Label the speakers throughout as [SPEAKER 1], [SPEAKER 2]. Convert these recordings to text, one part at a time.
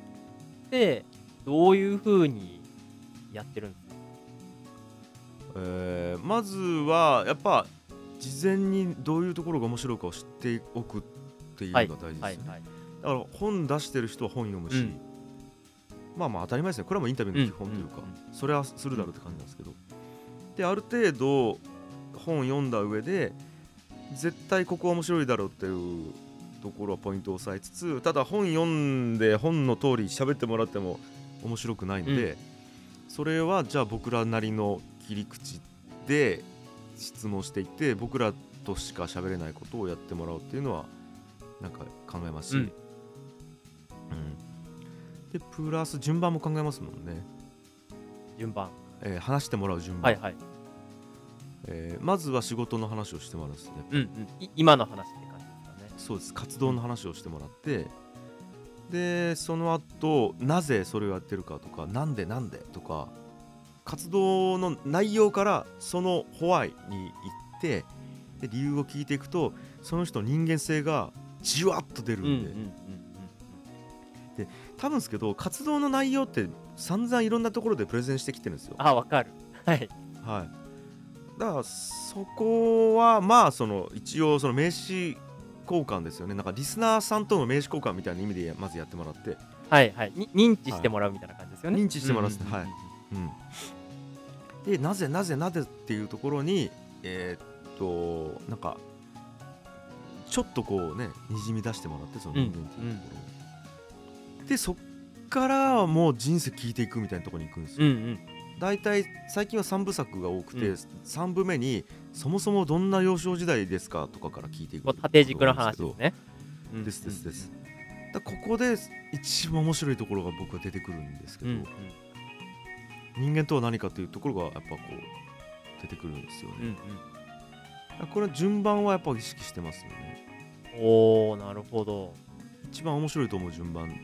[SPEAKER 1] ってどういう風にやってるんですか
[SPEAKER 2] えーまずはやっぱ事前にどういうところが面白いかを知っておくっていうのが大事ですよね、
[SPEAKER 1] はいはい
[SPEAKER 2] だから本出してる人は本読む
[SPEAKER 1] う
[SPEAKER 2] し、
[SPEAKER 1] ん
[SPEAKER 2] まあまあ当たり前ですねこれはもうインタビューの基本というか、
[SPEAKER 1] うん
[SPEAKER 2] それはするだろうって感じなんですけど、である程度本読んだ上で絶対ここは面白いだろうっていうところはポイントを押さえつつただ本読んで本の通り喋ってもらっても面白くないので、
[SPEAKER 1] う
[SPEAKER 2] それはじゃあ僕らなりの切り口で質問していって僕らとしか喋れないことをやってもらうっていうのはなんか考えますし、
[SPEAKER 1] うん
[SPEAKER 2] うんでプラス順番も考えますもんね、
[SPEAKER 1] 順番
[SPEAKER 2] えー話してもらう順番、
[SPEAKER 1] はいはい
[SPEAKER 2] えーまずは仕事の話をしてもらうんですね
[SPEAKER 1] うんうんい今の話って感じですかね
[SPEAKER 2] そうです活動の話をしてもらって、でその後なぜそれをやってるかとかなんでなんでとか活動の内容からそのホワイに行ってで理由を聞いていくとその人の人間性がじわっと出るん
[SPEAKER 1] うん
[SPEAKER 2] で
[SPEAKER 1] う、んうん
[SPEAKER 2] 多分ですけど活動の内容って散々いろんなところでプレゼンしてきてるんですよ。
[SPEAKER 1] あわかるはい
[SPEAKER 2] はい、だからそこはまあその一応その名刺交換ですよねなんかリスナーさんとの名刺交換みたいな意味でまずやってもらって、
[SPEAKER 1] はいはいに認知してもらうみたいな感じですよね、
[SPEAKER 2] 認知してもらうんですね
[SPEAKER 1] んんんん
[SPEAKER 2] はうん、でなぜなぜなぜっていうところにえーっとなんかちょっとこうねにじみ出してもらってその人間っていうところを、でそっからはもう人生聞いていくみたいなところに行くんですよ
[SPEAKER 1] うんうん
[SPEAKER 2] 大体最近は3部作が多くて、
[SPEAKER 1] うん
[SPEAKER 2] 3部目にそもそもどんな幼少時代ですかとかから聞いていく
[SPEAKER 1] こう縦軸の話ですね
[SPEAKER 2] ですですです
[SPEAKER 1] うん
[SPEAKER 2] だここで一番面白いところが僕は出てくるんですけ
[SPEAKER 1] う
[SPEAKER 2] ど、
[SPEAKER 1] んうん
[SPEAKER 2] 人間とは何かというところがやっぱこう出てくるんですよ
[SPEAKER 1] うんう
[SPEAKER 2] ね、
[SPEAKER 1] ん
[SPEAKER 2] だこれは順番はやっぱ意識してますよね
[SPEAKER 1] うんおおなるほど
[SPEAKER 2] 一番面白いと思う順番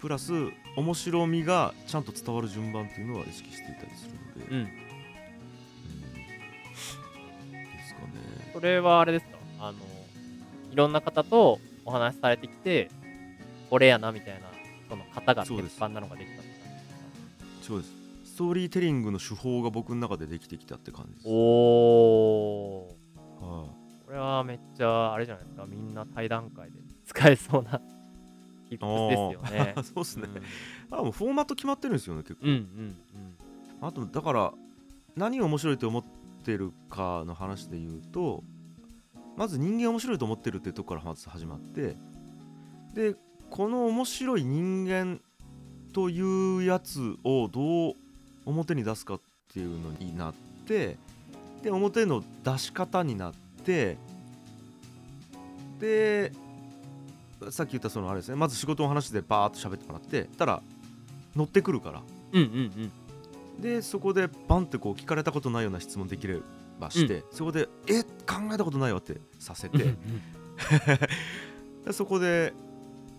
[SPEAKER 2] プラス面白みがちゃんと伝わる順番っていうのは意識していたりするの
[SPEAKER 1] う
[SPEAKER 2] で、うん
[SPEAKER 1] ん
[SPEAKER 2] ですかね
[SPEAKER 1] それはあれですかあのいろんな方とお話しされてきてこれやなみたいなその方が
[SPEAKER 2] そう
[SPEAKER 1] 鉄
[SPEAKER 2] です
[SPEAKER 1] 板なのができたって感じですか
[SPEAKER 2] そうですストーリーテリングの手法が僕の中でできてきたって感じです、
[SPEAKER 1] お
[SPEAKER 2] はい
[SPEAKER 1] おこれはめっちゃあれじゃないですかみんな対談会で使えそうなヒップスですよ ね
[SPEAKER 2] あ そうですね、
[SPEAKER 1] うん
[SPEAKER 2] あもうフォーマット決まってるんですよね結構、
[SPEAKER 1] うんうん
[SPEAKER 2] あとだから何を面白いと思ってるかの話で言うとまず人間面白いと思ってるってとこからまず始まってでこの面白い人間というやつをどう表に出すかっていうのになってで表の出し方になってでさっき言ったそのあれですねまず仕事の話でバーッと喋ってもらってたら乗ってくるから
[SPEAKER 1] うんうんうん
[SPEAKER 2] でそこでバンってこう聞かれたことないような質問できればして、そこで「え考えたことないわ」ってさせ
[SPEAKER 1] うんう
[SPEAKER 2] て
[SPEAKER 1] ん
[SPEAKER 2] でそこで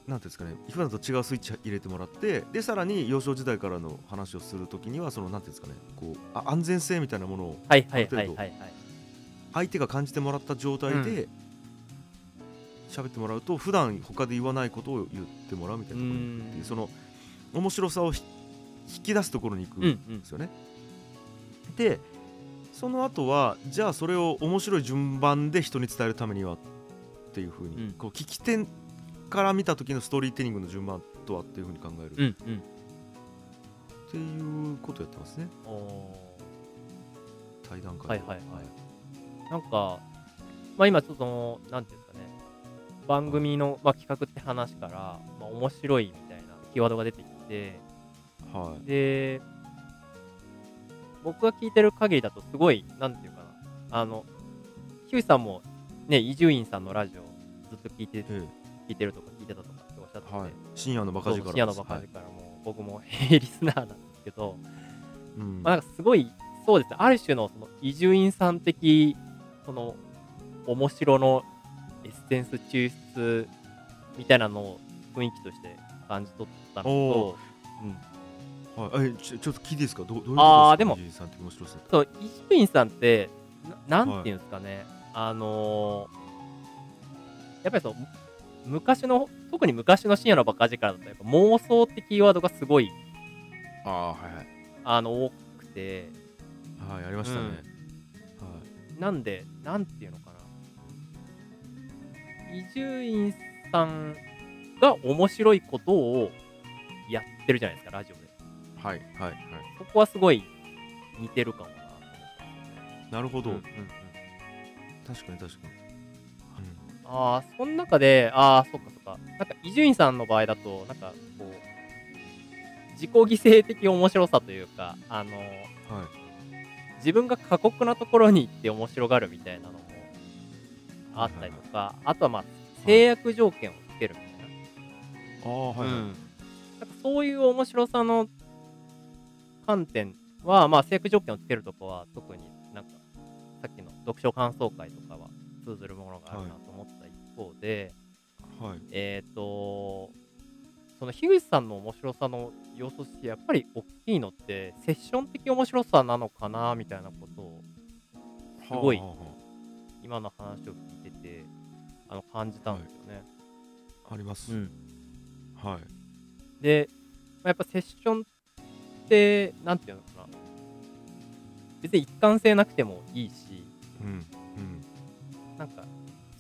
[SPEAKER 2] なんていうんですかね普段と違うスイッチ入れてもらってでさらに幼少時代からの話をするときにはそのなんていうんですかねこうあ安全性みたいなものを
[SPEAKER 1] はいはいはいはいはい
[SPEAKER 2] 相手が感じてもらった状態で喋ってもらうと普段他で言わないことを言ってもらうみたいなところに行くっていううんその面白さをひ引き出すところに行
[SPEAKER 1] う
[SPEAKER 2] く
[SPEAKER 1] んうん
[SPEAKER 2] ですよね。でその後はじゃあそれを面白い順番で人に伝えるためにはっていうふうに、
[SPEAKER 1] うん
[SPEAKER 2] こう聞き手から見た時のストーリーテリングの順番とはっていうふうに考え
[SPEAKER 1] う
[SPEAKER 2] る、
[SPEAKER 1] んうん
[SPEAKER 2] っていうことをやってますね
[SPEAKER 1] おー
[SPEAKER 2] 対談
[SPEAKER 1] は
[SPEAKER 2] 会
[SPEAKER 1] い
[SPEAKER 2] で
[SPEAKER 1] はいはい。なんか、まあ、今ちょっとその、なんていうんですかね、番組の、まあ、企画って話から、まあ、面白いみたいなキーワードが出てきて、
[SPEAKER 2] はい、はい
[SPEAKER 1] で、僕が聞いてる限りだと、すごい、なんていうかな、あの、ひゅういさんも、ね、伊集院さんのラジオ、ずっと聞いて、
[SPEAKER 2] え
[SPEAKER 1] 聞いてるとか、聞いてたとかっておっしゃってて、
[SPEAKER 2] えはい、深夜のバカ
[SPEAKER 1] そう
[SPEAKER 2] 力
[SPEAKER 1] 深夜のバカ力からも、僕も、 ヘイリスナーなんですけど、
[SPEAKER 2] はいうん
[SPEAKER 1] まあ、なんかすごいそうですねある種のその伊集院さん的その面白のエッセンス抽出みたいなのを雰囲気として感じ取ったの
[SPEAKER 2] お
[SPEAKER 1] と
[SPEAKER 2] はい、えちょちょっと聞いていいですかどどういうことですか
[SPEAKER 1] あーでも
[SPEAKER 2] 藤井さんって面白さって
[SPEAKER 1] そう伊集院さんってななんていうんですかね、あのーやっぱりそう昔の特に昔の深夜のバカ力だとやっぱ妄想ってキーワードがすごい
[SPEAKER 2] ああはいはい
[SPEAKER 1] あの多くて
[SPEAKER 2] はいありましたね、はい
[SPEAKER 1] なんでなんていうのかな伊集院さんが面白いことをやってるじゃないですかラジオで
[SPEAKER 2] はいはいはい
[SPEAKER 1] そこはすごい似てるかもなと思
[SPEAKER 2] なるほど、
[SPEAKER 1] うんうんうん
[SPEAKER 2] 確かに確かに、
[SPEAKER 1] ああ、その中で、ああ、そっかそっか。なんか、伊集院さんの場合だと、なんか、こう、自己犠牲的面白さというか、あの、
[SPEAKER 2] うんはい
[SPEAKER 1] 自分が過酷なところに行って面白がるみたいなのもあったりとか、あとはまあ、制約条件をつけるみたい
[SPEAKER 2] ああはい
[SPEAKER 1] な。
[SPEAKER 2] はい、
[SPEAKER 1] うんなんかそういう面白さの観点は、まあ、制約条件をつけるとかは、特になんか、さっきの読書感想会とかは通ずるものがあるなと思った一方で、
[SPEAKER 2] はい
[SPEAKER 1] えっ、と、その樋口さんの面白さの要素として、やっぱり大きいのって、セッション的面白さなのかなみたいなことを、すごい
[SPEAKER 2] はあはあは
[SPEAKER 1] 今の話を聞いてて、あの感じたんですよね。
[SPEAKER 2] ああります、はい
[SPEAKER 1] で、まあやっぱセッションって、なんていうのかな、別に一貫性なくてもいいし、
[SPEAKER 2] うん
[SPEAKER 1] なんか、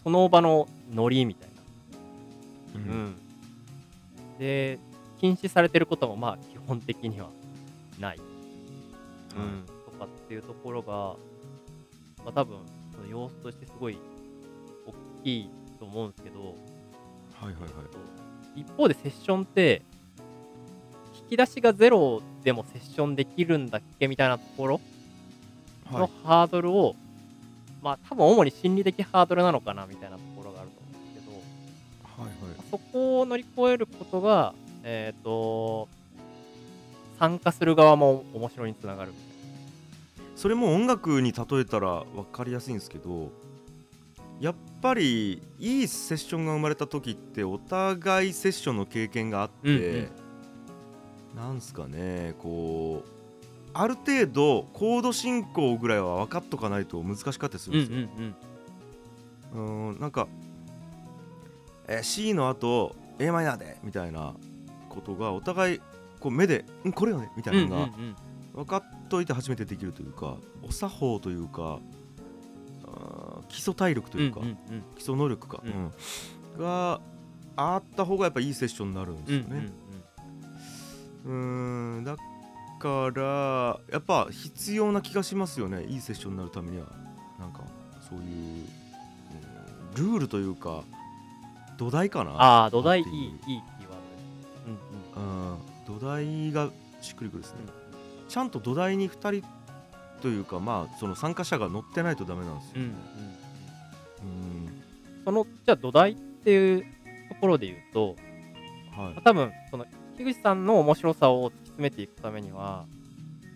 [SPEAKER 1] その場のノリみたいな。
[SPEAKER 2] うんうん、
[SPEAKER 1] ん、で禁止されてることもまあ基本的にはない、うん、とかっていうところが、まあ、多分その様子としてすごい大きいと思うんですけど
[SPEAKER 2] はいはいはい
[SPEAKER 1] 一方でセッションって引き出しがゼロでもセッションできるんだっけみたいなところ
[SPEAKER 2] は
[SPEAKER 1] の
[SPEAKER 2] い
[SPEAKER 1] ハードルを、まあ多分主に心理的ハードルなのかなみたいなところがあると思うんですけど、
[SPEAKER 2] はいはい
[SPEAKER 1] そこを乗り越えることが、えっ、と、参加する側も面白いにつながるみ
[SPEAKER 2] それも音楽に例えたら分かりやすいんですけどやっぱりいいセッションが生まれた時ってお互いセッションの経験があっ
[SPEAKER 1] う
[SPEAKER 2] て、
[SPEAKER 1] ん
[SPEAKER 2] なんすかねこうある程度コード進行ぐらいは分かっとかないと難しかったりす
[SPEAKER 1] た
[SPEAKER 2] るんですよ。
[SPEAKER 1] いな。うんうん
[SPEAKER 2] うーんなんか、えー C の後 a マイナーでみたいなことがお互いこう目で「んこれよね」みたいなのが
[SPEAKER 1] うん
[SPEAKER 2] 分かっといて初めてできるというかお作法というかあー基礎体力というか、
[SPEAKER 1] うんうん
[SPEAKER 2] 基礎能力か、
[SPEAKER 1] うん
[SPEAKER 2] うんがあった方がやっぱいいセッションになるんです
[SPEAKER 1] うん
[SPEAKER 2] よね。うーんだからやっぱ必要な気がしますよねいいセッションになるためにはなんかそういう、うんルールというか土台かな
[SPEAKER 1] ああ、土台いい、いいキーワードです。
[SPEAKER 2] うん、土台がしっくりくるですね、
[SPEAKER 1] うん
[SPEAKER 2] ちゃんと土台に2人というかまあその参加者が乗ってないとダメなんです
[SPEAKER 1] うん
[SPEAKER 2] よ、
[SPEAKER 1] うん。うん
[SPEAKER 2] うん
[SPEAKER 1] うん、その、じゃあ土台っていうところで言うと、
[SPEAKER 2] は
[SPEAKER 1] ま
[SPEAKER 2] い
[SPEAKER 1] あ、多分その樋口さんの面白さを突き詰めていくためには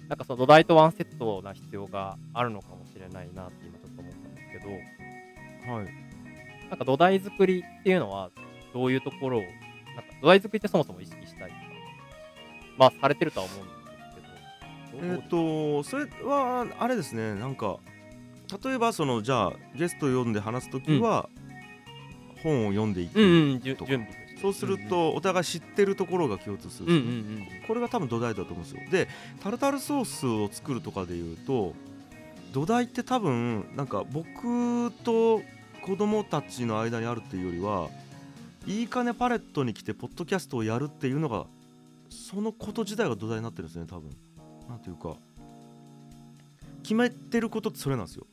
[SPEAKER 1] なんかその土台とワンセットな必要があるのかもしれないなって今ちょっと思ったんですけど
[SPEAKER 2] はい
[SPEAKER 1] なんか土台作りっていうのはどういうところをなんか土台作りってそもそも意識したいとかまあされてるとは思うんですけど
[SPEAKER 2] えっ、
[SPEAKER 1] どう
[SPEAKER 2] とそれはあれですねなんか例えばそのじゃあゲスト読んで話す時は、本を読んでいく、
[SPEAKER 1] うんうんじゅ準備として
[SPEAKER 2] そうするとお互い知ってるところが共通するん
[SPEAKER 1] うん
[SPEAKER 2] で
[SPEAKER 1] う
[SPEAKER 2] す
[SPEAKER 1] ん
[SPEAKER 2] ね、これが多分土台だと思うんですよでタルタルソースを作るとかでいうと土台って多分なんか僕と子供たちの間にあるっていうよりはいいかねパレットに来てポッドキャストをやるっていうのがそのこと自体が土台になってるんですね多分なんていうか決めてることってそれなんですよ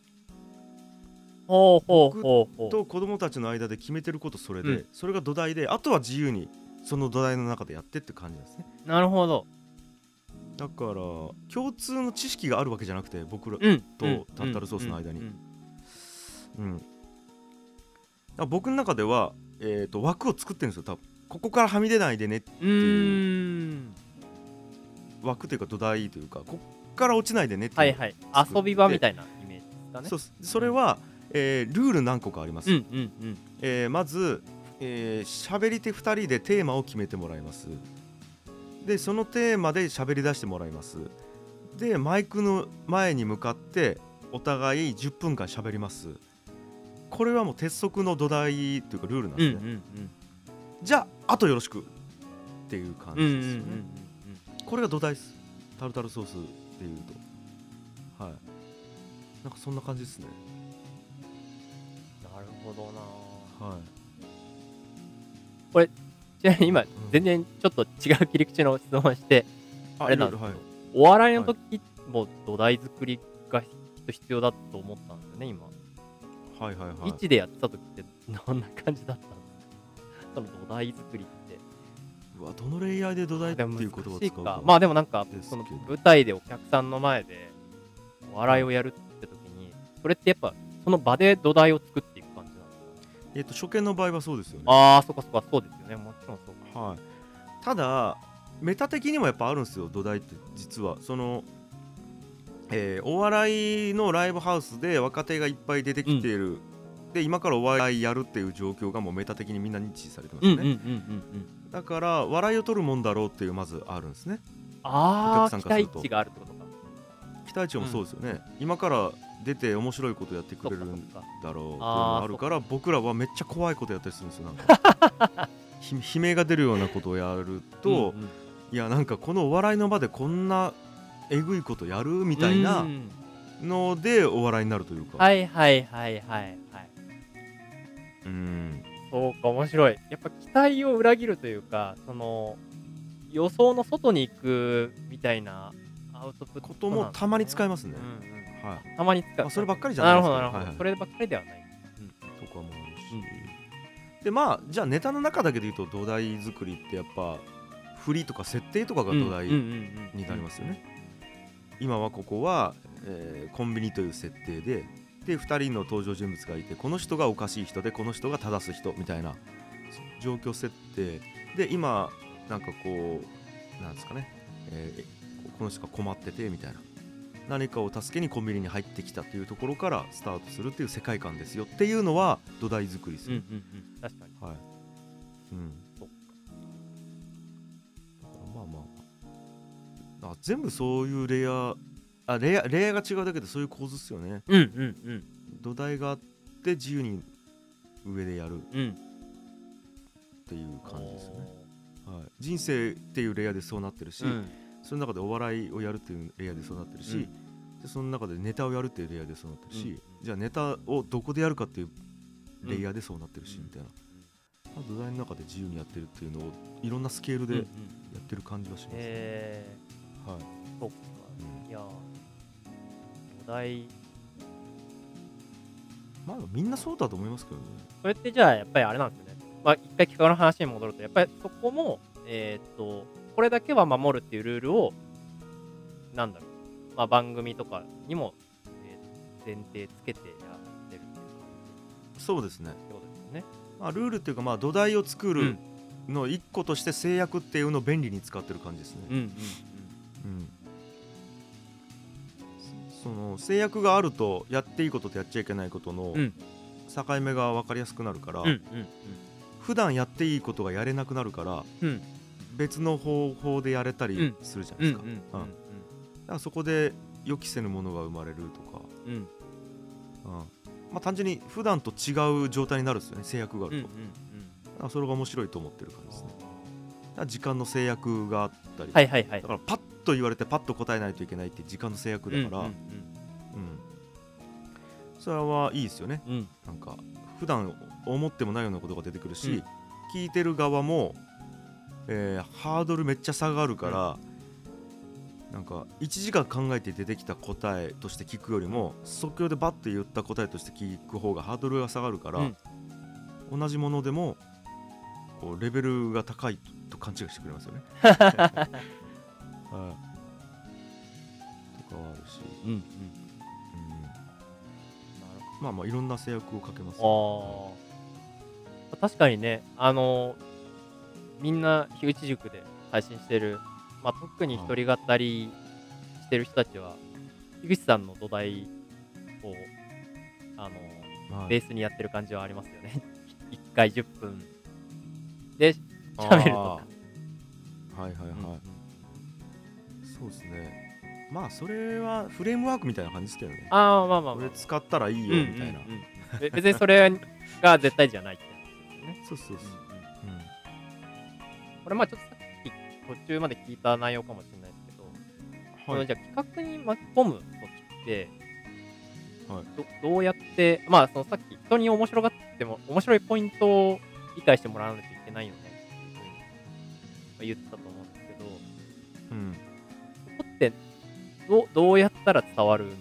[SPEAKER 1] ほうほうほうほう
[SPEAKER 2] と子供たちの間で決めてることそれで、
[SPEAKER 1] うん
[SPEAKER 2] それが土台であとは自由にその土台の中でやってって感じなんですね
[SPEAKER 1] なるほど
[SPEAKER 2] だから共通の知識があるわけじゃなくて僕ら
[SPEAKER 1] うん
[SPEAKER 2] と
[SPEAKER 1] うん
[SPEAKER 2] タルタルソースの間に
[SPEAKER 1] うんうん
[SPEAKER 2] うん、だから僕の中では、えー、と枠を作ってるんですよ多分ここからはみ出ないでね
[SPEAKER 1] うんうーん
[SPEAKER 2] 枠というか土台というかこっから落ちないでねっていう
[SPEAKER 1] はいはい遊び場みたいなイメージですかね
[SPEAKER 2] そうっすそれは、えールール何個かあります、
[SPEAKER 1] うんうんうん
[SPEAKER 2] えーまず、えー、喋り手2人でテーマを決めてもらいますでそのテーマで喋り出してもらいますでマイクの前に向かってお互い10分間喋りますこれはもう鉄則の土台というかルールな
[SPEAKER 1] う
[SPEAKER 2] んで
[SPEAKER 1] ん
[SPEAKER 2] す
[SPEAKER 1] う
[SPEAKER 2] ね、
[SPEAKER 1] ん
[SPEAKER 2] じゃああとよろしくっていう感
[SPEAKER 1] うんうんう
[SPEAKER 2] じ
[SPEAKER 1] ん
[SPEAKER 2] ですよね、
[SPEAKER 1] うん
[SPEAKER 2] これが土台ですタルタルソースっていうとはいなんかそんな感じですね
[SPEAKER 1] なるほどな
[SPEAKER 2] は
[SPEAKER 1] ちなみに今全然ちょっと違う切り口の質問をして
[SPEAKER 2] い
[SPEAKER 1] あれなんです
[SPEAKER 2] は
[SPEAKER 1] け
[SPEAKER 2] い
[SPEAKER 1] ど、お笑いの時も土台作りが必要だと思ったんですよね今、
[SPEAKER 2] はいはいはい
[SPEAKER 1] 位置でやってた時ってどんな感じだったんですかその土台作りって
[SPEAKER 2] うわどのレイヤーで土台っていう言葉を
[SPEAKER 1] 難
[SPEAKER 2] 使
[SPEAKER 1] しいう
[SPEAKER 2] か
[SPEAKER 1] かまあでもなんか
[SPEAKER 2] です
[SPEAKER 1] そ
[SPEAKER 2] けど
[SPEAKER 1] の舞台でお客さんの前でお笑いをやるって時にそれってやっぱその場で土台を作っていく感じなんですか
[SPEAKER 2] えっと初見の場合はそうですよね
[SPEAKER 1] ああそっかそっかそうですよねもちろんそうか
[SPEAKER 2] はい、ただメタ的にもやっぱあるんですよ土台って実はその、えーお笑いのライブハウスで若手がいっぱい出てきている、で今からお笑いやるっていう状況がもうメタ的にみんな認知されてます
[SPEAKER 1] うん
[SPEAKER 2] よ
[SPEAKER 1] うんうんう
[SPEAKER 2] ね、
[SPEAKER 1] んうん
[SPEAKER 2] だから笑いを取るもんだろうっていうまずあるんですねお
[SPEAKER 1] ああ
[SPEAKER 2] 客さん
[SPEAKER 1] 期
[SPEAKER 2] からす
[SPEAKER 1] 待
[SPEAKER 2] ると
[SPEAKER 1] 値があるってことか
[SPEAKER 2] 期待値もそうですよね、今から出て面白いことやってく
[SPEAKER 1] そ
[SPEAKER 2] れ
[SPEAKER 1] っ
[SPEAKER 2] る
[SPEAKER 1] かそ
[SPEAKER 2] ん
[SPEAKER 1] っか
[SPEAKER 2] だろうっていうの
[SPEAKER 1] あー
[SPEAKER 2] があるから僕らはめっちゃ怖いことやったりするんですよなんか ひ悲鳴が出るようなことをやると、
[SPEAKER 1] うんうん
[SPEAKER 2] いやなんかこのお笑いの場でこんなえぐいことやるみたいな
[SPEAKER 1] うん
[SPEAKER 2] のでお笑いになるというか、
[SPEAKER 1] はいはいはいはいはい
[SPEAKER 2] うん
[SPEAKER 1] そうか面白いやっぱ期待を裏切るというかその予想の外に行くみたいなアウトプット
[SPEAKER 2] こともたまに使え
[SPEAKER 1] ま
[SPEAKER 2] ますね、
[SPEAKER 1] うんうん
[SPEAKER 2] はい
[SPEAKER 1] たまに使う、
[SPEAKER 2] まあそればっかりじゃ
[SPEAKER 1] な
[SPEAKER 2] ない
[SPEAKER 1] る
[SPEAKER 2] です
[SPEAKER 1] ほ
[SPEAKER 2] け
[SPEAKER 1] どなる
[SPEAKER 2] ど
[SPEAKER 1] ほど、
[SPEAKER 2] はい
[SPEAKER 1] そればっかりではない
[SPEAKER 2] とかもあるし、でまあじゃあネタの中だけで言うと土台作りってやっぱ振りとか設定とかが土台に
[SPEAKER 1] に
[SPEAKER 2] なりますよね、今はここは、えーコンビニという設定でで2人の登場人物がいてこの人がおかしい人でこの人が正す人みたいな状況設定で今なんかこうなんですかね、えーこの人が困っててみたいな何かを助けにコンビニに入ってきたというところからスタートするっていう世界観ですよっていうのは土台作りです
[SPEAKER 1] うんう
[SPEAKER 2] よ、
[SPEAKER 1] んうん確かに
[SPEAKER 2] はいうん
[SPEAKER 1] そっか
[SPEAKER 2] まあまああ全部そういうレイヤーあレイヤーレイヤーが違うだけでそういう構図ですよね
[SPEAKER 1] うんうん
[SPEAKER 2] 土台があって自由に上でやるっ
[SPEAKER 1] うんうん
[SPEAKER 2] ていう感じですね、はい、人生っていうレイヤーでそうなってるし、
[SPEAKER 1] うん
[SPEAKER 2] その中でお笑いをやるっていうレイヤーでそうなってるし、
[SPEAKER 1] うん
[SPEAKER 2] でその中でネタをやるっていうレイヤーでそうなってるし、
[SPEAKER 1] うん
[SPEAKER 2] じゃあネタをどこでやるかっていうレイヤーでそうなってるし、
[SPEAKER 1] うん
[SPEAKER 2] みたいな、まあ土台の中で自由にやってるっていうのをいろんなスケールで
[SPEAKER 1] うんう
[SPEAKER 2] や
[SPEAKER 1] ん
[SPEAKER 2] ってる感じがします、
[SPEAKER 1] え
[SPEAKER 2] はい
[SPEAKER 1] ー、そっか
[SPEAKER 2] う
[SPEAKER 1] い
[SPEAKER 2] ん
[SPEAKER 1] やー土台
[SPEAKER 2] まあみんなそうだと思いますけどね
[SPEAKER 1] それってじゃあやっぱりあれなんですよね。まあ一回企画の話に戻ると、やっぱりそこも、えーっと、これだけは守るっていうルールを、なんだろう、まあ番組とかにも、えー前提つけてやってるっていう感
[SPEAKER 2] そうですね
[SPEAKER 1] じってことですよね。
[SPEAKER 2] まあ、ルールっていうか、まあ、土台を作
[SPEAKER 1] う
[SPEAKER 2] る
[SPEAKER 1] ん
[SPEAKER 2] の一個として制約っていうのを便利に使ってる感じですね。
[SPEAKER 1] んうん
[SPEAKER 2] うんそその制約があるとやっていいこととやっちゃいけないことの
[SPEAKER 1] うん
[SPEAKER 2] 境目が分かりやすくなるから、
[SPEAKER 1] うんうん
[SPEAKER 2] 普段やっていいことがやれなくなるから
[SPEAKER 1] うんうん
[SPEAKER 2] 別の方法でやれたり
[SPEAKER 1] う
[SPEAKER 2] するじゃな
[SPEAKER 1] う
[SPEAKER 2] い
[SPEAKER 1] んう
[SPEAKER 2] で
[SPEAKER 1] ん
[SPEAKER 2] すか。だからそこで予期せぬものが生まれるとか、
[SPEAKER 1] うんうん
[SPEAKER 2] うんまあ、単純に普段と違う状態になるんですよね制約があ
[SPEAKER 1] うんうん
[SPEAKER 2] ると。だからそれが面白いと思ってる感じですね。だから時間の制約があったり、
[SPEAKER 1] はいはいはい
[SPEAKER 2] だからパッと言われてパッと答えないといけないって時間の制約だか
[SPEAKER 1] う
[SPEAKER 2] ら、うんんそれはいいですよね
[SPEAKER 1] うんうん
[SPEAKER 2] なんか普段思ってもないようなことが出てくるし、
[SPEAKER 1] うん
[SPEAKER 2] 聞いてる側も、えーハードルめっちゃ下がるから、なんか1時間考えて出てきた答えとして聞くよりも即興でバッて言った答えとして聞く方がハードルが下がるから、
[SPEAKER 1] うん
[SPEAKER 2] 同じものでもこうレベルが高いとと勘違いしてくれます よね。はいとかはあるし、
[SPEAKER 1] うんうん
[SPEAKER 2] う
[SPEAKER 1] な
[SPEAKER 2] ん
[SPEAKER 1] る
[SPEAKER 2] まあまあいろんな制約をかけますよ。
[SPEAKER 1] ほどあー確かにねあのみんな樋口塾で配信してる、まあ、特に一人語りしてる人たちは樋口さんの土台をあの
[SPEAKER 2] はい
[SPEAKER 1] ベースにやってる感じはありますよね 1回10分で喋るとか、
[SPEAKER 2] あーはいはいはい、
[SPEAKER 1] うん
[SPEAKER 2] そうですねまあそれはフレームワークみたいな感じですけどね
[SPEAKER 1] あーまあまあ
[SPEAKER 2] こ
[SPEAKER 1] ま
[SPEAKER 2] れ
[SPEAKER 1] あ
[SPEAKER 2] 使ったらいい
[SPEAKER 1] うんう
[SPEAKER 2] よ
[SPEAKER 1] ん
[SPEAKER 2] みたいな、
[SPEAKER 1] うんべ別にそれが絶対じゃないって
[SPEAKER 2] そうそうそう、
[SPEAKER 1] う
[SPEAKER 2] うん
[SPEAKER 1] これまあちょっとさっき途中まで聞いた内容かもしれないですけど、そのじゃあ企画に巻き込む時って、
[SPEAKER 2] はい
[SPEAKER 1] どどうやって、まあそのさっき人に面白がっても面白いポイントを理解してもらわなきゃいけないよねっていうふうにまあ言ったと思うんですけど、
[SPEAKER 2] うん、
[SPEAKER 1] そこってどうどうやったら伝わるん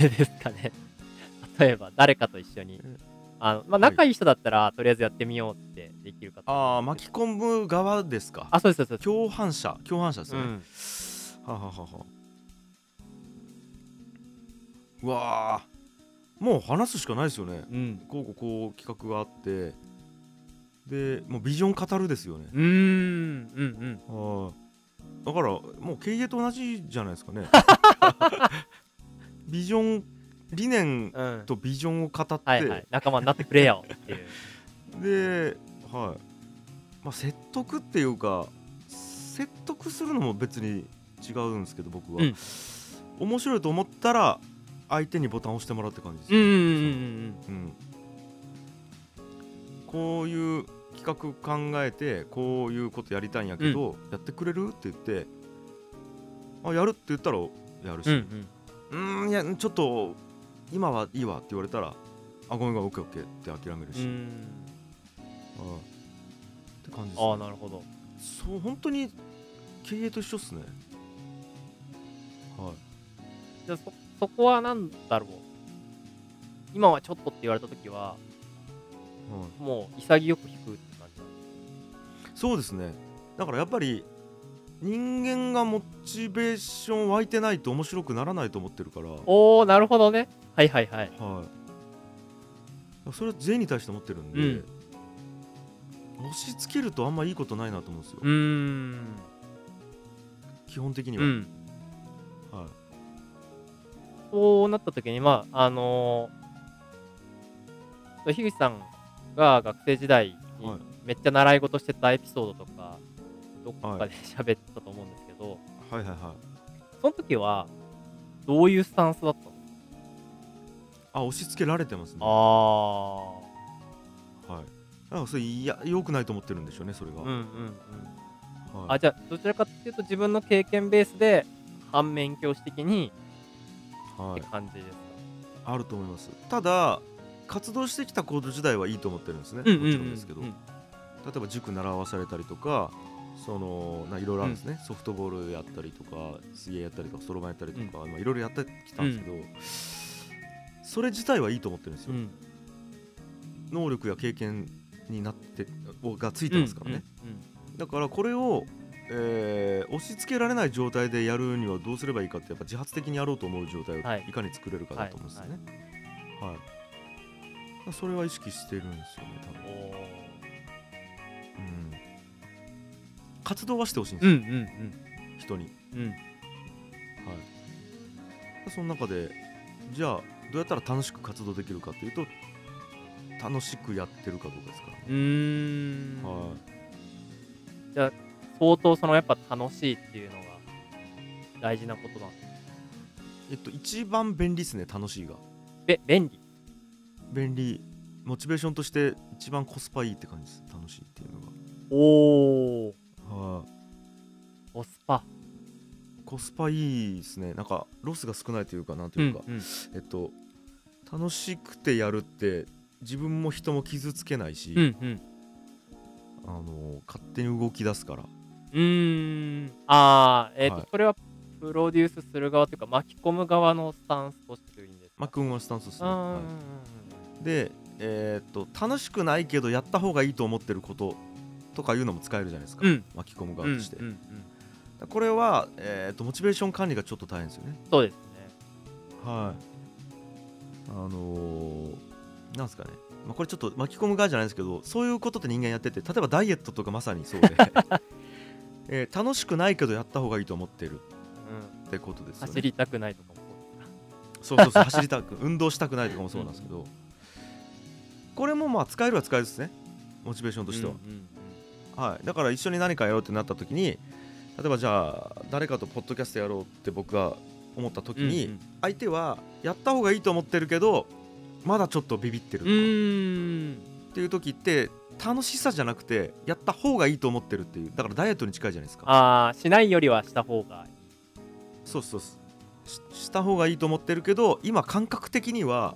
[SPEAKER 1] ですかね 例えば誰かと一緒に
[SPEAKER 2] うん。
[SPEAKER 1] あのまあ、仲いい人だったら、とりあえずやってみようってできるかと
[SPEAKER 2] ああ
[SPEAKER 1] 思うんです
[SPEAKER 2] 巻き込む側ですか
[SPEAKER 1] けどあ、そうですそうです。
[SPEAKER 2] 共犯者共犯者です
[SPEAKER 1] う
[SPEAKER 2] よね、
[SPEAKER 1] ん、
[SPEAKER 2] ははははうわあもう話すしかないですよね
[SPEAKER 1] うん、
[SPEAKER 2] こうこうこう企画があってでもうビジョン語るですよね
[SPEAKER 1] うーん、うん、
[SPEAKER 2] ああだからもう経営と同じじゃないです かねビジョン理念
[SPEAKER 1] うん、うん。
[SPEAKER 2] とビジョンを語って、
[SPEAKER 1] はいはい、仲間になってくれよっていう。
[SPEAKER 2] で、はいまあ、説得っていうか説得するのも別に違うんですけど僕は、
[SPEAKER 1] うん
[SPEAKER 2] 面白いと思ったら相手にボタンを押してもらうって感じで す
[SPEAKER 1] うん
[SPEAKER 2] ね、
[SPEAKER 1] うんうん
[SPEAKER 2] うんこういう企画考えてこういうことやりたいんやけど、やってくれるって言ってあやるって言ったらやるし、
[SPEAKER 1] うんうんうん
[SPEAKER 2] うーんいやちょっと今はいいわって言われたらあごめんごめんオッケーオッケーって諦める
[SPEAKER 1] う
[SPEAKER 2] し、
[SPEAKER 1] んう
[SPEAKER 2] うん
[SPEAKER 1] ん
[SPEAKER 2] って感じです、ね、
[SPEAKER 1] ああなるほど
[SPEAKER 2] そう本当に経営と一緒っすねはい
[SPEAKER 1] じゃあそそこはなんだろう今はちょっとって言われた時はもう潔く引くって感じ
[SPEAKER 2] そうですねだからやっぱり人間がモチベーション湧いてないと面白くならないと思ってるからは
[SPEAKER 1] おおなるほどねはいはいはい
[SPEAKER 2] いそれは税に対して思ってるんで、
[SPEAKER 1] うん
[SPEAKER 2] 押し付けるとあんまいいことないなと思うんですよ、
[SPEAKER 1] うーん
[SPEAKER 2] 基本的に
[SPEAKER 1] う
[SPEAKER 2] は、
[SPEAKER 1] ん
[SPEAKER 2] はい、
[SPEAKER 1] そうなった時にまああのー、樋口さんが学生時代に
[SPEAKER 2] はい
[SPEAKER 1] めっちゃ習い事してたエピソードとかどっ
[SPEAKER 2] は
[SPEAKER 1] か
[SPEAKER 2] い
[SPEAKER 1] で喋ったと思うんですけど、
[SPEAKER 2] はいはいはい
[SPEAKER 1] その時はどういうスタンスだったの
[SPEAKER 2] あ押し付けられてますねは
[SPEAKER 1] あ
[SPEAKER 2] いだからそれいや良くないと思ってるんでしょうねそれが、
[SPEAKER 1] あ、うん
[SPEAKER 2] はい
[SPEAKER 1] うんうん。あ、じゃあ、どちらかっていうと、自分の経験ベースで、反面教師的にっ
[SPEAKER 2] は
[SPEAKER 1] て
[SPEAKER 2] い、
[SPEAKER 1] 感じですか。
[SPEAKER 2] あると思いますただ活動してきたコード時代はいいと思ってるんですね、
[SPEAKER 1] うんうん
[SPEAKER 2] も
[SPEAKER 1] う
[SPEAKER 2] ち
[SPEAKER 1] ん
[SPEAKER 2] ろんですけど、例えば塾習わされたりとかそのないろいろあるんですね、ソフトボールやったりとか水泳やったりとかそろばんやったりとか、まあいろいろやってきたんですけど、それ自体はいいと思ってるんですよ、
[SPEAKER 1] うん。
[SPEAKER 2] 能力や経験になってがついてますからね、
[SPEAKER 1] うん。うん
[SPEAKER 2] だからこれを、えー押し付けられない状態でやるにはどうすればいいかってやっぱ自発的にやろうと思う状態
[SPEAKER 1] は
[SPEAKER 2] を
[SPEAKER 1] い
[SPEAKER 2] いかに作れるかだと思うんですよね。はいそれは意識してるんですよね多分、
[SPEAKER 1] おー
[SPEAKER 2] うん活動はしてほしいんです
[SPEAKER 1] うん
[SPEAKER 2] よ、
[SPEAKER 1] うん
[SPEAKER 2] 人に。
[SPEAKER 1] うんうん。
[SPEAKER 2] はい、その中でじゃあどうやったら楽しく活動できるかっていうと楽しくやってるかどうかですからね。
[SPEAKER 1] うーん。
[SPEAKER 2] はい
[SPEAKER 1] 相当、その、やっぱ楽しいっていうのが、大事なことなんです。
[SPEAKER 2] えっと、一番便利ですね楽しいが。
[SPEAKER 1] べ、便利。
[SPEAKER 2] 便利モチベーションとして一番コスパいいって感じです楽しいっていうの
[SPEAKER 1] おお。
[SPEAKER 2] が、はい
[SPEAKER 1] コスパ。
[SPEAKER 2] コスパいいですねなんかロスが少ないというかなんというか、
[SPEAKER 1] うんうん
[SPEAKER 2] えっと楽しくてやるって自分も人も傷つけないし、
[SPEAKER 1] うんうん。
[SPEAKER 2] あの勝手に動き出すから
[SPEAKER 1] うーん。ああ、えっ、と、
[SPEAKER 2] はい
[SPEAKER 1] それは、プロデュースする側というか、巻き込む側のスタンスとしていいんですか
[SPEAKER 2] マックンはスタンスですね、
[SPEAKER 1] あ
[SPEAKER 2] は
[SPEAKER 1] ー
[SPEAKER 2] いでえーっと楽しくないけどやった方がいいと思ってることとかいうのも使えるじゃないですか、
[SPEAKER 1] うん
[SPEAKER 2] 巻き込む
[SPEAKER 1] うんう
[SPEAKER 2] 側
[SPEAKER 1] ん
[SPEAKER 2] として、
[SPEAKER 1] うんうん
[SPEAKER 2] これは、えーっとモチベーション管理がちょっと大変ですよね
[SPEAKER 1] そうですね
[SPEAKER 2] はい。あのーなんですかね、まあ、これちょっと巻き込む側じゃないですけど、そういうことって人間やってて、例えばダイエットとかまさにそ うで、えー楽しくないけどやった方がいいと思ってる
[SPEAKER 1] うん
[SPEAKER 2] ってことですよね。
[SPEAKER 1] 走りたくないとかも
[SPEAKER 2] そうそうそう、走りたく、運動したくないとかもそうなんですけど、これもまあ使えるは使えるですね、モチベーション
[SPEAKER 1] そ
[SPEAKER 2] と
[SPEAKER 1] う
[SPEAKER 2] して
[SPEAKER 1] う
[SPEAKER 2] は。
[SPEAKER 1] んうんうん
[SPEAKER 2] はい、だから一緒に何かやろうってなった時に、例えばじゃあ、誰かとポッドキャストやろうって僕が思った時に、
[SPEAKER 1] うん
[SPEAKER 2] 相手はやった方がいいと思ってるけどまだちょっとビビってると
[SPEAKER 1] う
[SPEAKER 2] か、
[SPEAKER 1] んうーん
[SPEAKER 2] っていう時って楽しさじゃなくてやった方がいいと思ってるっていうだからダイエットに近いじゃないですか
[SPEAKER 1] ああしないよりはした方がいい
[SPEAKER 2] そうそうそうしした方がいいと思ってるけど今感覚的には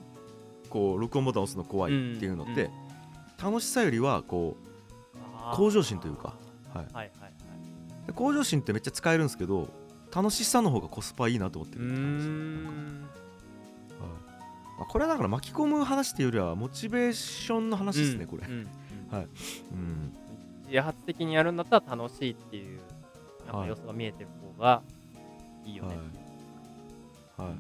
[SPEAKER 2] こう録音ボタン押すの怖いっていうのって、
[SPEAKER 1] うん
[SPEAKER 2] 楽しさよりはこう
[SPEAKER 1] あー
[SPEAKER 2] 向上心というか、はい
[SPEAKER 1] はいはいはい
[SPEAKER 2] で向上心ってめっちゃ使えるんですけど楽しさの方がコスパいいなと思って
[SPEAKER 1] う
[SPEAKER 2] る
[SPEAKER 1] ー
[SPEAKER 2] って感じですねなんか
[SPEAKER 1] ん
[SPEAKER 2] はいまあ、これはだから巻き込む話っていうよりはモチベーションの話です
[SPEAKER 1] う
[SPEAKER 2] ね、
[SPEAKER 1] ん
[SPEAKER 2] これ
[SPEAKER 1] う、ん
[SPEAKER 2] うん、
[SPEAKER 1] 自発的にやるんだったら楽しいっていうなん
[SPEAKER 2] は
[SPEAKER 1] か
[SPEAKER 2] い
[SPEAKER 1] 様子が見えてる方がいいよね、
[SPEAKER 2] はい、は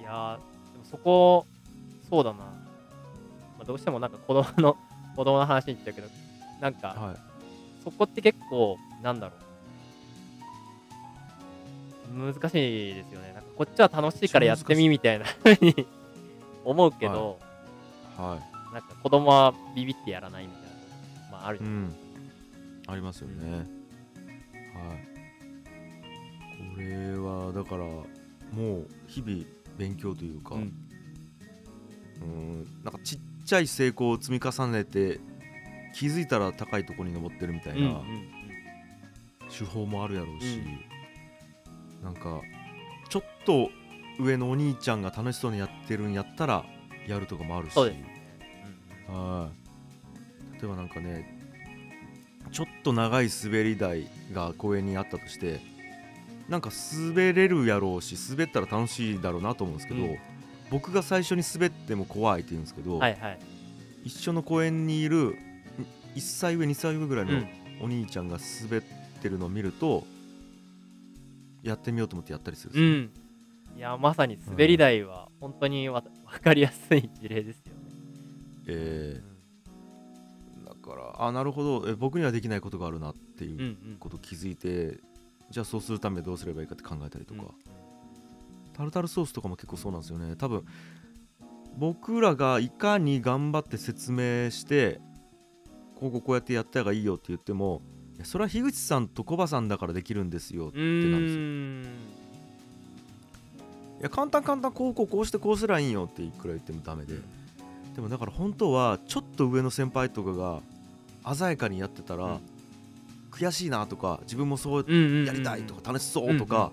[SPEAKER 2] い
[SPEAKER 1] い、やーでもそこそうだな、まあ、どうしてもなんか子供の 子供の話になっちゃうけどなんか、
[SPEAKER 2] はい、
[SPEAKER 1] そこって結構なんだろう難しいですよねなんかこっちは楽しいからやってみみたいなふうに思うけど、
[SPEAKER 2] は
[SPEAKER 1] なんか子供はビビってやらないみたいなまあある
[SPEAKER 2] い、う
[SPEAKER 1] じゃない
[SPEAKER 2] ん、ありますよね、はいこれはだからもう日々勉強というか、
[SPEAKER 1] か、
[SPEAKER 2] うん、なんかちっちゃい成功を積み重ねて気づいたら高いところに登ってるみたい
[SPEAKER 1] うん
[SPEAKER 2] な、
[SPEAKER 1] うん
[SPEAKER 2] 手法もあるやろうし、なんかちょっと上のお兄ちゃんが楽しそうにやってるんやったらやるとかもあるし
[SPEAKER 1] そうですうん
[SPEAKER 2] はい例えばなんかねちょっと長い滑り台が公園にあったとしてなんか滑れるやろうし滑ったら楽しいだろうなと思うんですけど、
[SPEAKER 1] うん
[SPEAKER 2] 僕が最初に滑っても怖いって言うんですけど、
[SPEAKER 1] はいはい、
[SPEAKER 2] 一緒の公園にいる1歳上2歳上ぐらいの
[SPEAKER 1] うん
[SPEAKER 2] お兄ちゃんが滑ってるのを見るとやってみようと思ってやったりす
[SPEAKER 1] う
[SPEAKER 2] るんですよ
[SPEAKER 1] ん、いやまさに滑り台は本当にわ 分かりやすい事例ですよね、
[SPEAKER 2] えーだからあなるほどえ僕にはできないことがあるなって
[SPEAKER 1] うんう
[SPEAKER 2] いうんことを気づいてじゃあそうするためにどうすればいいかって考えたりとか、
[SPEAKER 1] うん
[SPEAKER 2] タルタルソースとかも結構そうなんですよね多分僕らがいかに頑張って説明してこうこうこうやってやった方がいいよって言ってもいやそれは樋口さんとコバさんだからできるんですよ
[SPEAKER 1] うーん
[SPEAKER 2] いや簡単簡単こうこうこうしてこうすりゃいいんよっていくら言ってもダメででもだから本当はちょっと上の先輩とかが鮮やかにやってたら、
[SPEAKER 1] うん
[SPEAKER 2] 悔しいなとか自分もそう
[SPEAKER 1] うんうんうん
[SPEAKER 2] やりたいとか楽しそうとか、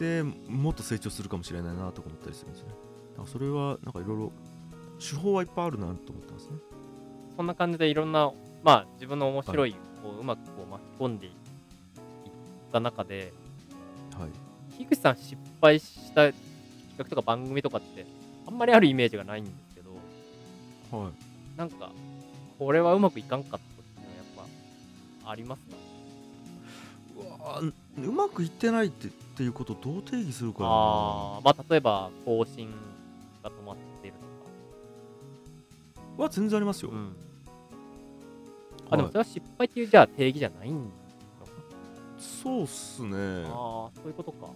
[SPEAKER 2] でもっと成長するかもしれないなとか思ったりするんですねだからそれはなんかいろいろ手法はいっぱいあるなと思ってますね
[SPEAKER 1] そんな感じでいろんな、まあ、自分の面白いをうまくこう巻き込んでいった中で、
[SPEAKER 2] はい
[SPEAKER 1] 樋口さん失敗した企画とか番組とかってあんまりあるイメージがないんですけど
[SPEAKER 2] はい
[SPEAKER 1] なんかこれはうまくいかんかったっていうのはやっぱありますか
[SPEAKER 2] うわーうまくいってないってっていうことをどう定義するかやな
[SPEAKER 1] あーまあ例えば更新が止まってるとか
[SPEAKER 2] は全然ありますよ、
[SPEAKER 1] うん、
[SPEAKER 2] は
[SPEAKER 1] あ
[SPEAKER 2] い
[SPEAKER 1] でもそれは失敗っていうじゃあ定義じゃないん
[SPEAKER 2] そうっす
[SPEAKER 1] だ、
[SPEAKER 2] ね
[SPEAKER 1] ああそういうことか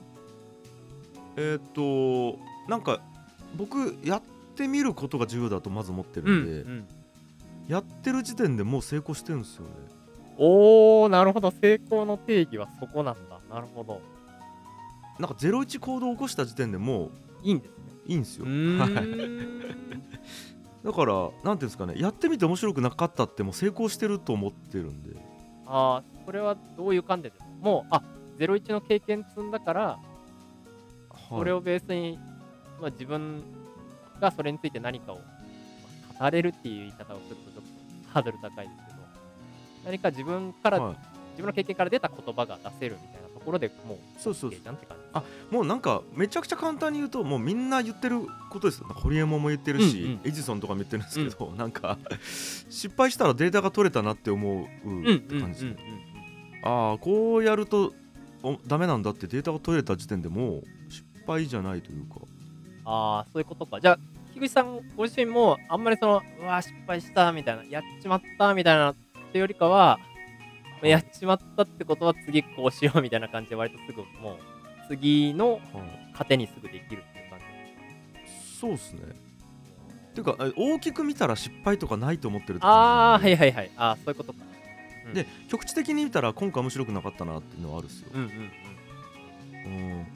[SPEAKER 2] えーっ、となんか僕やってみることが重要だとまず思ってるんで、
[SPEAKER 1] うん
[SPEAKER 2] やってる時点でもう成功してるんですよね
[SPEAKER 1] おおなるほど成功の定義はそこなんだなるほど
[SPEAKER 2] なんか01行動を起こした時点でもう
[SPEAKER 1] いいんですね
[SPEAKER 2] いいんですよ
[SPEAKER 1] うーん
[SPEAKER 2] だからなんていうんですかねやってみて面白くなかったってもう成功してると思ってるんで
[SPEAKER 1] ああそれはどういう観点ですかもうあ01の経験積んだからそれ
[SPEAKER 2] を
[SPEAKER 1] をベースに、まあ、自分がそれについて何かを、まあ語れるっていう言い方をするとちょっとハードル高いですけど何か自分から、
[SPEAKER 2] はい
[SPEAKER 1] 自分の経験から出た言葉が出せるみたいなところでもう
[SPEAKER 2] そうそう
[SPEAKER 1] 経
[SPEAKER 2] そ
[SPEAKER 1] 験って感じ
[SPEAKER 2] うもうなんかめちゃくちゃ簡単に言うともうみんな言ってることですよなんかホリエモンも言ってるし、
[SPEAKER 1] うんうん
[SPEAKER 2] エジソンとかも言ってるんですけど、なんか失敗したらデータが取れたなって思うって感じですねああこうやるとおダメなんだってデータが取れた時点でもう失敗じゃないというか
[SPEAKER 1] ああそういうことかじゃあ樋口さんご自身もあんまりそのうわー失敗したみたいなやっちまったみたいなってよりかは、まあやっちまったってことは次こうしようみたいな感じで割とすぐもう次の糧にすぐできるっていう感じ
[SPEAKER 2] そうっすねていうかえ大きく見たら失敗とかないと思ってるって
[SPEAKER 1] ああ
[SPEAKER 2] 感
[SPEAKER 1] ー
[SPEAKER 2] じ
[SPEAKER 1] はいはいはいああそういうことかうん
[SPEAKER 2] で局地的に見たら今回面白くなかったなっていうのはあるっすよ、
[SPEAKER 1] うんうんうん
[SPEAKER 2] うん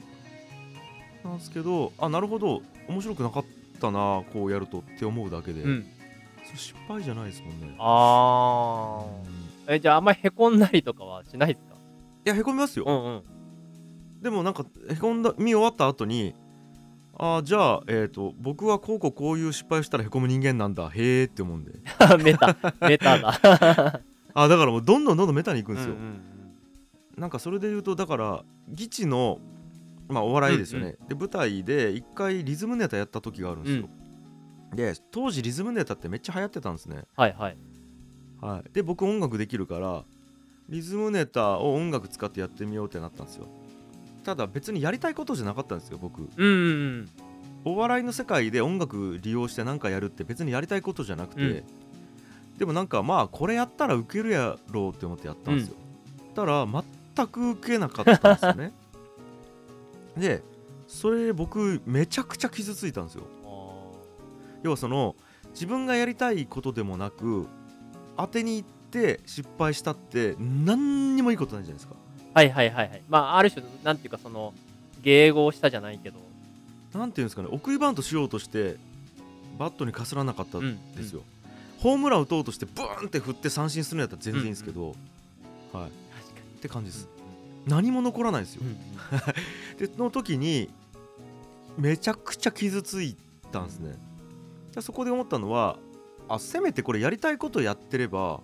[SPEAKER 2] なんですけどあなるほど面白くなかっったなこうやるとって思うだけで、
[SPEAKER 1] うん。
[SPEAKER 2] それ失敗じゃないですもんね
[SPEAKER 1] あ
[SPEAKER 2] うんい
[SPEAKER 1] あ。え、じゃああんまりへこんだりとかはしないですか
[SPEAKER 2] やへこみますよ、
[SPEAKER 1] うん うん。
[SPEAKER 2] でもなんかへこんだ見終わった後にああじゃあ、えー、と僕はこうこうこういう失敗したらへこむ人間なんだへえって 思うんで
[SPEAKER 1] メタ、メタだ。
[SPEAKER 2] あーだからもうどんどんどんどんメタに行くんですよ、
[SPEAKER 1] うんうん
[SPEAKER 2] なんかそれで言うとだから義地のまあお笑いですよね、で舞台で一回リズムネタやった時があるんですよ、で当時リズムネタってめっちゃ流行ってたんですね、
[SPEAKER 1] はいはい。
[SPEAKER 2] はい、で僕音楽できるからリズムネタを音楽使ってやってみようってなったんですよただ別にやりたいことじゃなかったんですよ
[SPEAKER 1] う
[SPEAKER 2] 僕
[SPEAKER 1] んうん
[SPEAKER 2] お笑いの世界で音楽利用して何かやるって別にやりたいことじゃなくて、
[SPEAKER 1] うん
[SPEAKER 2] でもなんかまあこれやったらウケるやろうって思ってやったんですよ、たら全くウケなかったんですよね でそれ僕めちゃくちゃ傷ついたんですよ
[SPEAKER 1] うん。あ
[SPEAKER 2] 要はその自分がやりたいことでもなく当てに行って失敗したって何にもいいことないじゃないですか
[SPEAKER 1] ーはいはいはいはい。まあ、ある種、なんていうか、その、迎合したじゃないけど。
[SPEAKER 2] なんていうんですかね送りバントしようとしてバットにかすらなかった
[SPEAKER 1] うんうん。
[SPEAKER 2] ですよ、ホームラン打とうとしてブーンって振って三振するんやったら全然いいんですけど、はい、っ
[SPEAKER 1] 確かに。
[SPEAKER 2] て感じです、何も残らないんですよ
[SPEAKER 1] う、んうん
[SPEAKER 2] でその時にめちゃくちゃ傷ついたんですねでそこで思ったのはあせめてこれやりたいことやってれば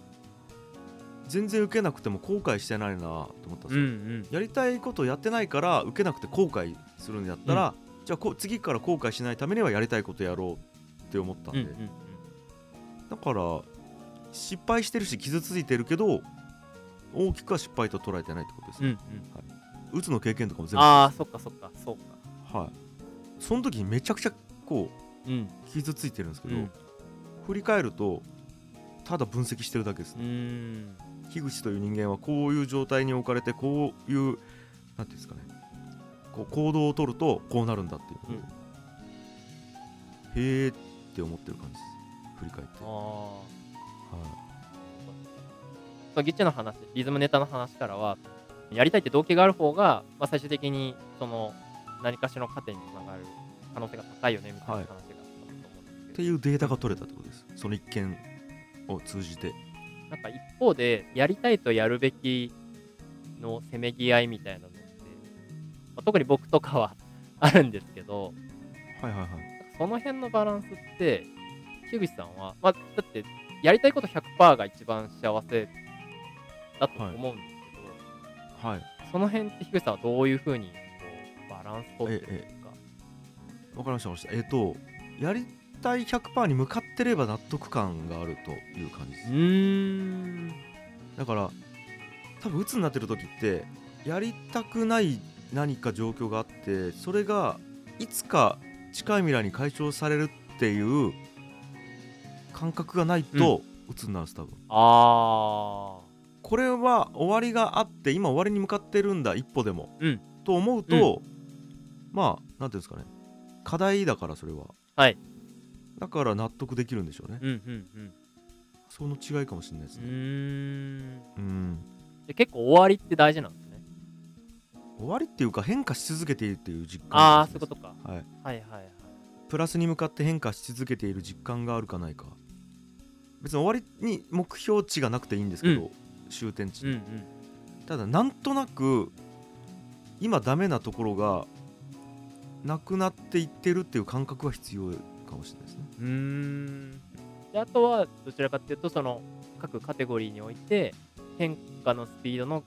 [SPEAKER 2] 全然受けなくても後悔してないなと思ったんです
[SPEAKER 1] うん
[SPEAKER 2] よ、
[SPEAKER 1] うん。
[SPEAKER 2] やりたいことやってないから受けなくて後悔するんやったら、じゃあこう次から後悔しないためにはやりたいことやろうって思ったん
[SPEAKER 1] うんう
[SPEAKER 2] で、
[SPEAKER 1] んうん
[SPEAKER 2] だから失敗してるし傷ついてるけど大きくは失敗と捉えてないってことで
[SPEAKER 1] う
[SPEAKER 2] す
[SPEAKER 1] んう
[SPEAKER 2] ね、
[SPEAKER 1] ん。
[SPEAKER 2] うつの経験とかも全部
[SPEAKER 1] ああ、そっかそっか、そうか。
[SPEAKER 2] はいその時にめちゃくちゃこ
[SPEAKER 1] うん。
[SPEAKER 2] う傷ついてるんですけ
[SPEAKER 1] う
[SPEAKER 2] ど、
[SPEAKER 1] ん。
[SPEAKER 2] 振り返るとただ分析してるだけです
[SPEAKER 1] う
[SPEAKER 2] ね、
[SPEAKER 1] ーん。
[SPEAKER 2] 樋口という人間はこういう状態に置かれてこういうなんていうんですかねこう行動を取るとこうなるんだっていうことを、へえって思ってる感じです振り返って、は
[SPEAKER 1] ああ。そのギッチの話、リズムネタの話からは、やりたいって動機がある方が、まあ、最終的にその何かしらの糧につながる可能性が高いよねみたいな話があったと思うんです
[SPEAKER 2] い、っ
[SPEAKER 1] け
[SPEAKER 2] て
[SPEAKER 1] ど、
[SPEAKER 2] いうデータが取れたってことですその一件を通じて
[SPEAKER 1] なんか一方で、やりたいとやるべきのせめぎ合いみたいなのって、まあ特に僕とかはあるんですけど、
[SPEAKER 2] はいはいはい
[SPEAKER 1] その辺のバランスって、樋口さんは、まあ、だって、やりたいこと100%が一番幸せだと思うんですけど、
[SPEAKER 2] はい
[SPEAKER 1] その辺って樋口さんはどういうふうにこうバランス取ってるんですか、
[SPEAKER 2] わかりましたわかりましたえっ、とやりたい100%に向かってれば納得感があるという感じです
[SPEAKER 1] うーん
[SPEAKER 2] だから多分鬱になってる時ってやりたくない何か状況があってそれがいつか近い未来に解消されるっていう感覚がないと鬱になるんです多分、
[SPEAKER 1] あ
[SPEAKER 2] これは終わりがあって今終わりに向かってるんだ一歩でも、
[SPEAKER 1] うん
[SPEAKER 2] と思うと、まあなんていうんですかね課題だからそれは
[SPEAKER 1] はい
[SPEAKER 2] だから納得できるんでしょうね、
[SPEAKER 1] ーうんうんうん
[SPEAKER 2] その違いかもしれないです
[SPEAKER 1] う
[SPEAKER 2] ね、
[SPEAKER 1] ーん
[SPEAKER 2] うん、
[SPEAKER 1] で結構終わりって大事なんですね
[SPEAKER 2] 終わりっていうか変化し続けているっていう実感
[SPEAKER 1] ああ
[SPEAKER 2] かもし
[SPEAKER 1] そうい
[SPEAKER 2] れな
[SPEAKER 1] う
[SPEAKER 2] い
[SPEAKER 1] こ
[SPEAKER 2] です
[SPEAKER 1] とか
[SPEAKER 2] はい
[SPEAKER 1] はいはいはい
[SPEAKER 2] プラスに向かって変化し続けている実感があるかないか別に終わりに目標値がなくていいんですけど、
[SPEAKER 1] う
[SPEAKER 2] 終点値、
[SPEAKER 1] うんうん
[SPEAKER 2] ただなんとなく今ダメなところがなくなっていってるっていう感覚は必要かもしれないですね
[SPEAKER 1] うーんであとはどちらかっていうとその各カテゴリーにおいて変化のスピードの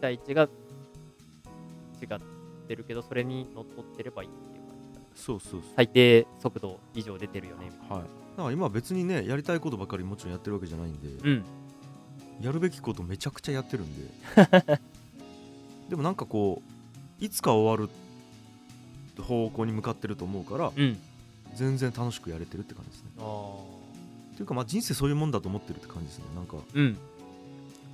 [SPEAKER 1] 期待値が違ってるけどそれにのっとってればいいっていう感じだ
[SPEAKER 2] そうそうそ
[SPEAKER 1] 最低速度以上出てるよねみたいな
[SPEAKER 2] うはいだから今別にねやりたいことばかりもちろんやってるわけじゃないんで、
[SPEAKER 1] うん
[SPEAKER 2] やるべきことめちゃくちゃやってるん ででもなんかこういつか終わる方向に向かってると思うから
[SPEAKER 1] うん
[SPEAKER 2] 全然楽しくやれてるって感じですね
[SPEAKER 1] ああ
[SPEAKER 2] っていうかまあ人生そういうもんだと思ってるって感じですねなんか
[SPEAKER 1] うん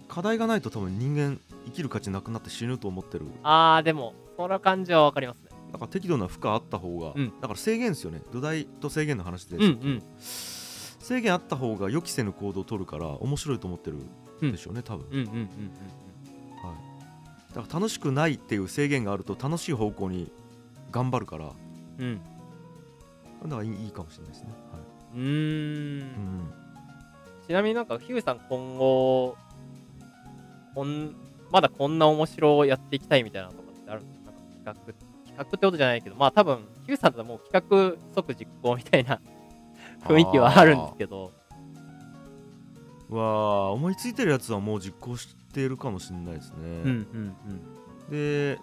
[SPEAKER 2] 課題がないと多分人間生きる価値なくなって死ぬと思ってる
[SPEAKER 1] ああでもその感じはわかりますね
[SPEAKER 2] だから適度な負荷あった方が、
[SPEAKER 1] うん
[SPEAKER 2] だから制限ですよね土台と制限の話で
[SPEAKER 1] う
[SPEAKER 2] す
[SPEAKER 1] んうん
[SPEAKER 2] 制限あった方が予期せぬ行動を取るから面白いと思ってるでしょうね、多分、
[SPEAKER 1] うんうんうんうん
[SPEAKER 2] はい、だから楽しくないっていう制限があると楽しい方向に頑張るから
[SPEAKER 1] うんうん
[SPEAKER 2] だからいいいいかもしれないですね、はいう
[SPEAKER 1] ー
[SPEAKER 2] うんん、
[SPEAKER 1] ちなみになんかヒューさん今後こんまだこんな面白をやっていきたいみたいなのとかってあるんですかなんか企画企画ってことじゃないけどまあ多分ヒューさんだともう企画即実行みたいな 雰囲気はあるんですけど
[SPEAKER 2] どわあ思いついてるやつはもう実行しているかもしれないですね、
[SPEAKER 1] うんうん
[SPEAKER 2] で、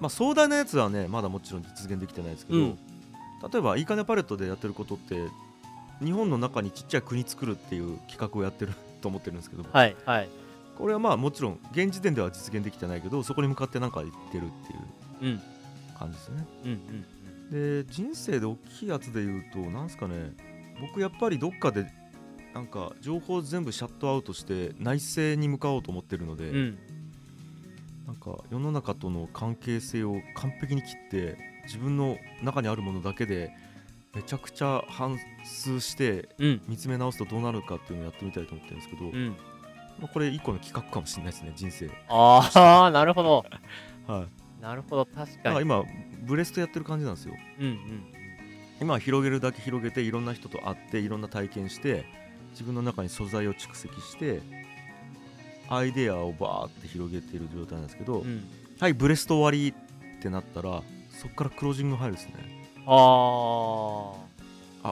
[SPEAKER 2] まあ、壮大なやつはねまだもちろん実現できてないですけど、
[SPEAKER 1] うん
[SPEAKER 2] 例えばいいかねパレットでやってることって日本の中にちっちゃい国作るっていう企画をやってると思ってるんですけど、
[SPEAKER 1] はいはい
[SPEAKER 2] これはまあもちろん現時点では実現できてないけどそこに向かって何か言ってるっていう
[SPEAKER 1] うん
[SPEAKER 2] 感じですね
[SPEAKER 1] うんうん
[SPEAKER 2] で人生で大きいやつで言うとなんすかね僕やっぱりどっかでなんか情報全部シャットアウトして内政に向かおうと思ってるので、
[SPEAKER 1] うんうん
[SPEAKER 2] なんか世の中との関係性を完璧に切って自分の中にあるものだけでめちゃくちゃ反数して
[SPEAKER 1] うん
[SPEAKER 2] 見つめ直すとどうなるかっていうのをやってみたいと思ってるんですけど、
[SPEAKER 1] うん
[SPEAKER 2] まあ、これ一個の企画かもしれないですね人生はい
[SPEAKER 1] ああなるほどなるほど確
[SPEAKER 2] だか
[SPEAKER 1] からに
[SPEAKER 2] 今ブレストやってる感じなんですよ
[SPEAKER 1] うんうん
[SPEAKER 2] 今は広げるだけ広げていろんな人と会っていろんな体験して自分の中に素材を蓄積してアイデアをバーって広げている状態なんですけど、
[SPEAKER 1] うん
[SPEAKER 2] はいブレスト終わりってなったらそこからクロージング入るですね
[SPEAKER 1] ああ
[SPEAKER 2] あ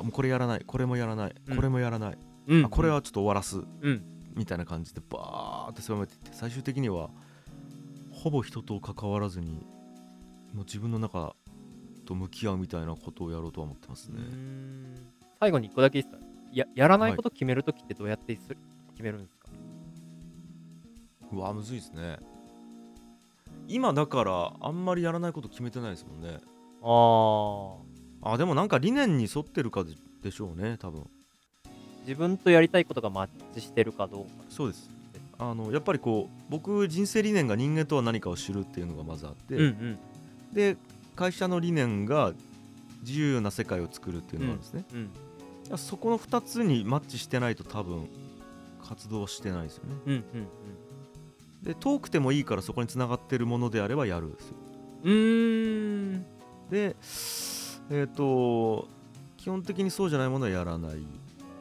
[SPEAKER 2] もうこれやらないこれもやらない、
[SPEAKER 1] うん
[SPEAKER 2] これもやらない、
[SPEAKER 1] うん
[SPEAKER 2] あこれはちょっと終わらす、
[SPEAKER 1] うん
[SPEAKER 2] みたいな感じでバーって狭めていって最終的にはほぼ人と関わらずにもう自分の中と向き合うみたいなことをやろうとは思ってます
[SPEAKER 1] う
[SPEAKER 2] ね、
[SPEAKER 1] ん最後に1個だけいいですかややらないこと決めるときってどうやってする決めるんですか
[SPEAKER 2] うわむずいですね今だからあんまりやらないこと決めてないですもんね
[SPEAKER 1] あ
[SPEAKER 2] あでもなんか理念に沿ってるかででしょうね多分
[SPEAKER 1] あ自分とやりたいことがマッチしてるかどうか
[SPEAKER 2] そうですあのやっぱりこう僕人生理念が人間とは何かを知るっていうのがまずあって、
[SPEAKER 1] うん
[SPEAKER 2] で会社の理念が自由な世界を作るっていうのがあるんですね、
[SPEAKER 1] うんうん
[SPEAKER 2] だからそこの2つにマッチしてないと多分活動はしてないですよね
[SPEAKER 1] うんうん
[SPEAKER 2] で遠くてもいいからそこにつながってるものであればやるんですよ
[SPEAKER 1] うんうんん
[SPEAKER 2] でえっ、と基本的にそうじゃないものはやらないっ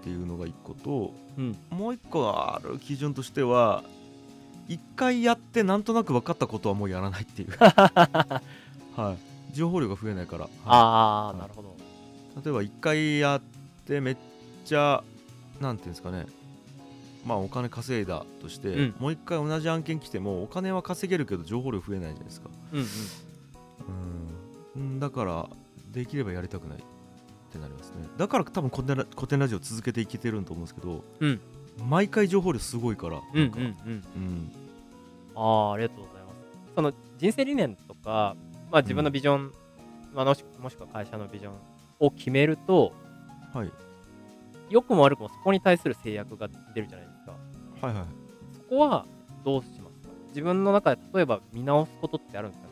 [SPEAKER 2] ていうのが1個と
[SPEAKER 1] うん
[SPEAKER 2] もう1個ある基準としては1回やってなんとなく分かったことはもうやらないっていう はい情報量が増えないから、はい
[SPEAKER 1] あ
[SPEAKER 2] は
[SPEAKER 1] あ
[SPEAKER 2] い
[SPEAKER 1] なるほど
[SPEAKER 2] 例えば一回やってめっちゃなんていうんですかねまあお金稼いだとして、
[SPEAKER 1] うん
[SPEAKER 2] もう一回同じ案件来てもお金は稼げるけど情報量増えないじゃないですか
[SPEAKER 1] うんうん
[SPEAKER 2] うんだからできればやりたくないってなりますねだから多分古典ラ古典ラジオ続けていけてるんと思うんですけど、
[SPEAKER 1] うん
[SPEAKER 2] 毎回情報量すごいから
[SPEAKER 1] うんう
[SPEAKER 2] なんか
[SPEAKER 1] んうん
[SPEAKER 2] うん
[SPEAKER 1] ああありがとうございますその人生理念とかまあ自分のビジョン、まあ、もしもしくは会社のビジョンを決めると
[SPEAKER 2] はい
[SPEAKER 1] 良くも悪くもそこに対する制約が出るじゃないですか
[SPEAKER 2] はいはい
[SPEAKER 1] そこはどうしますか自分の中で例えば見直すことってあるんです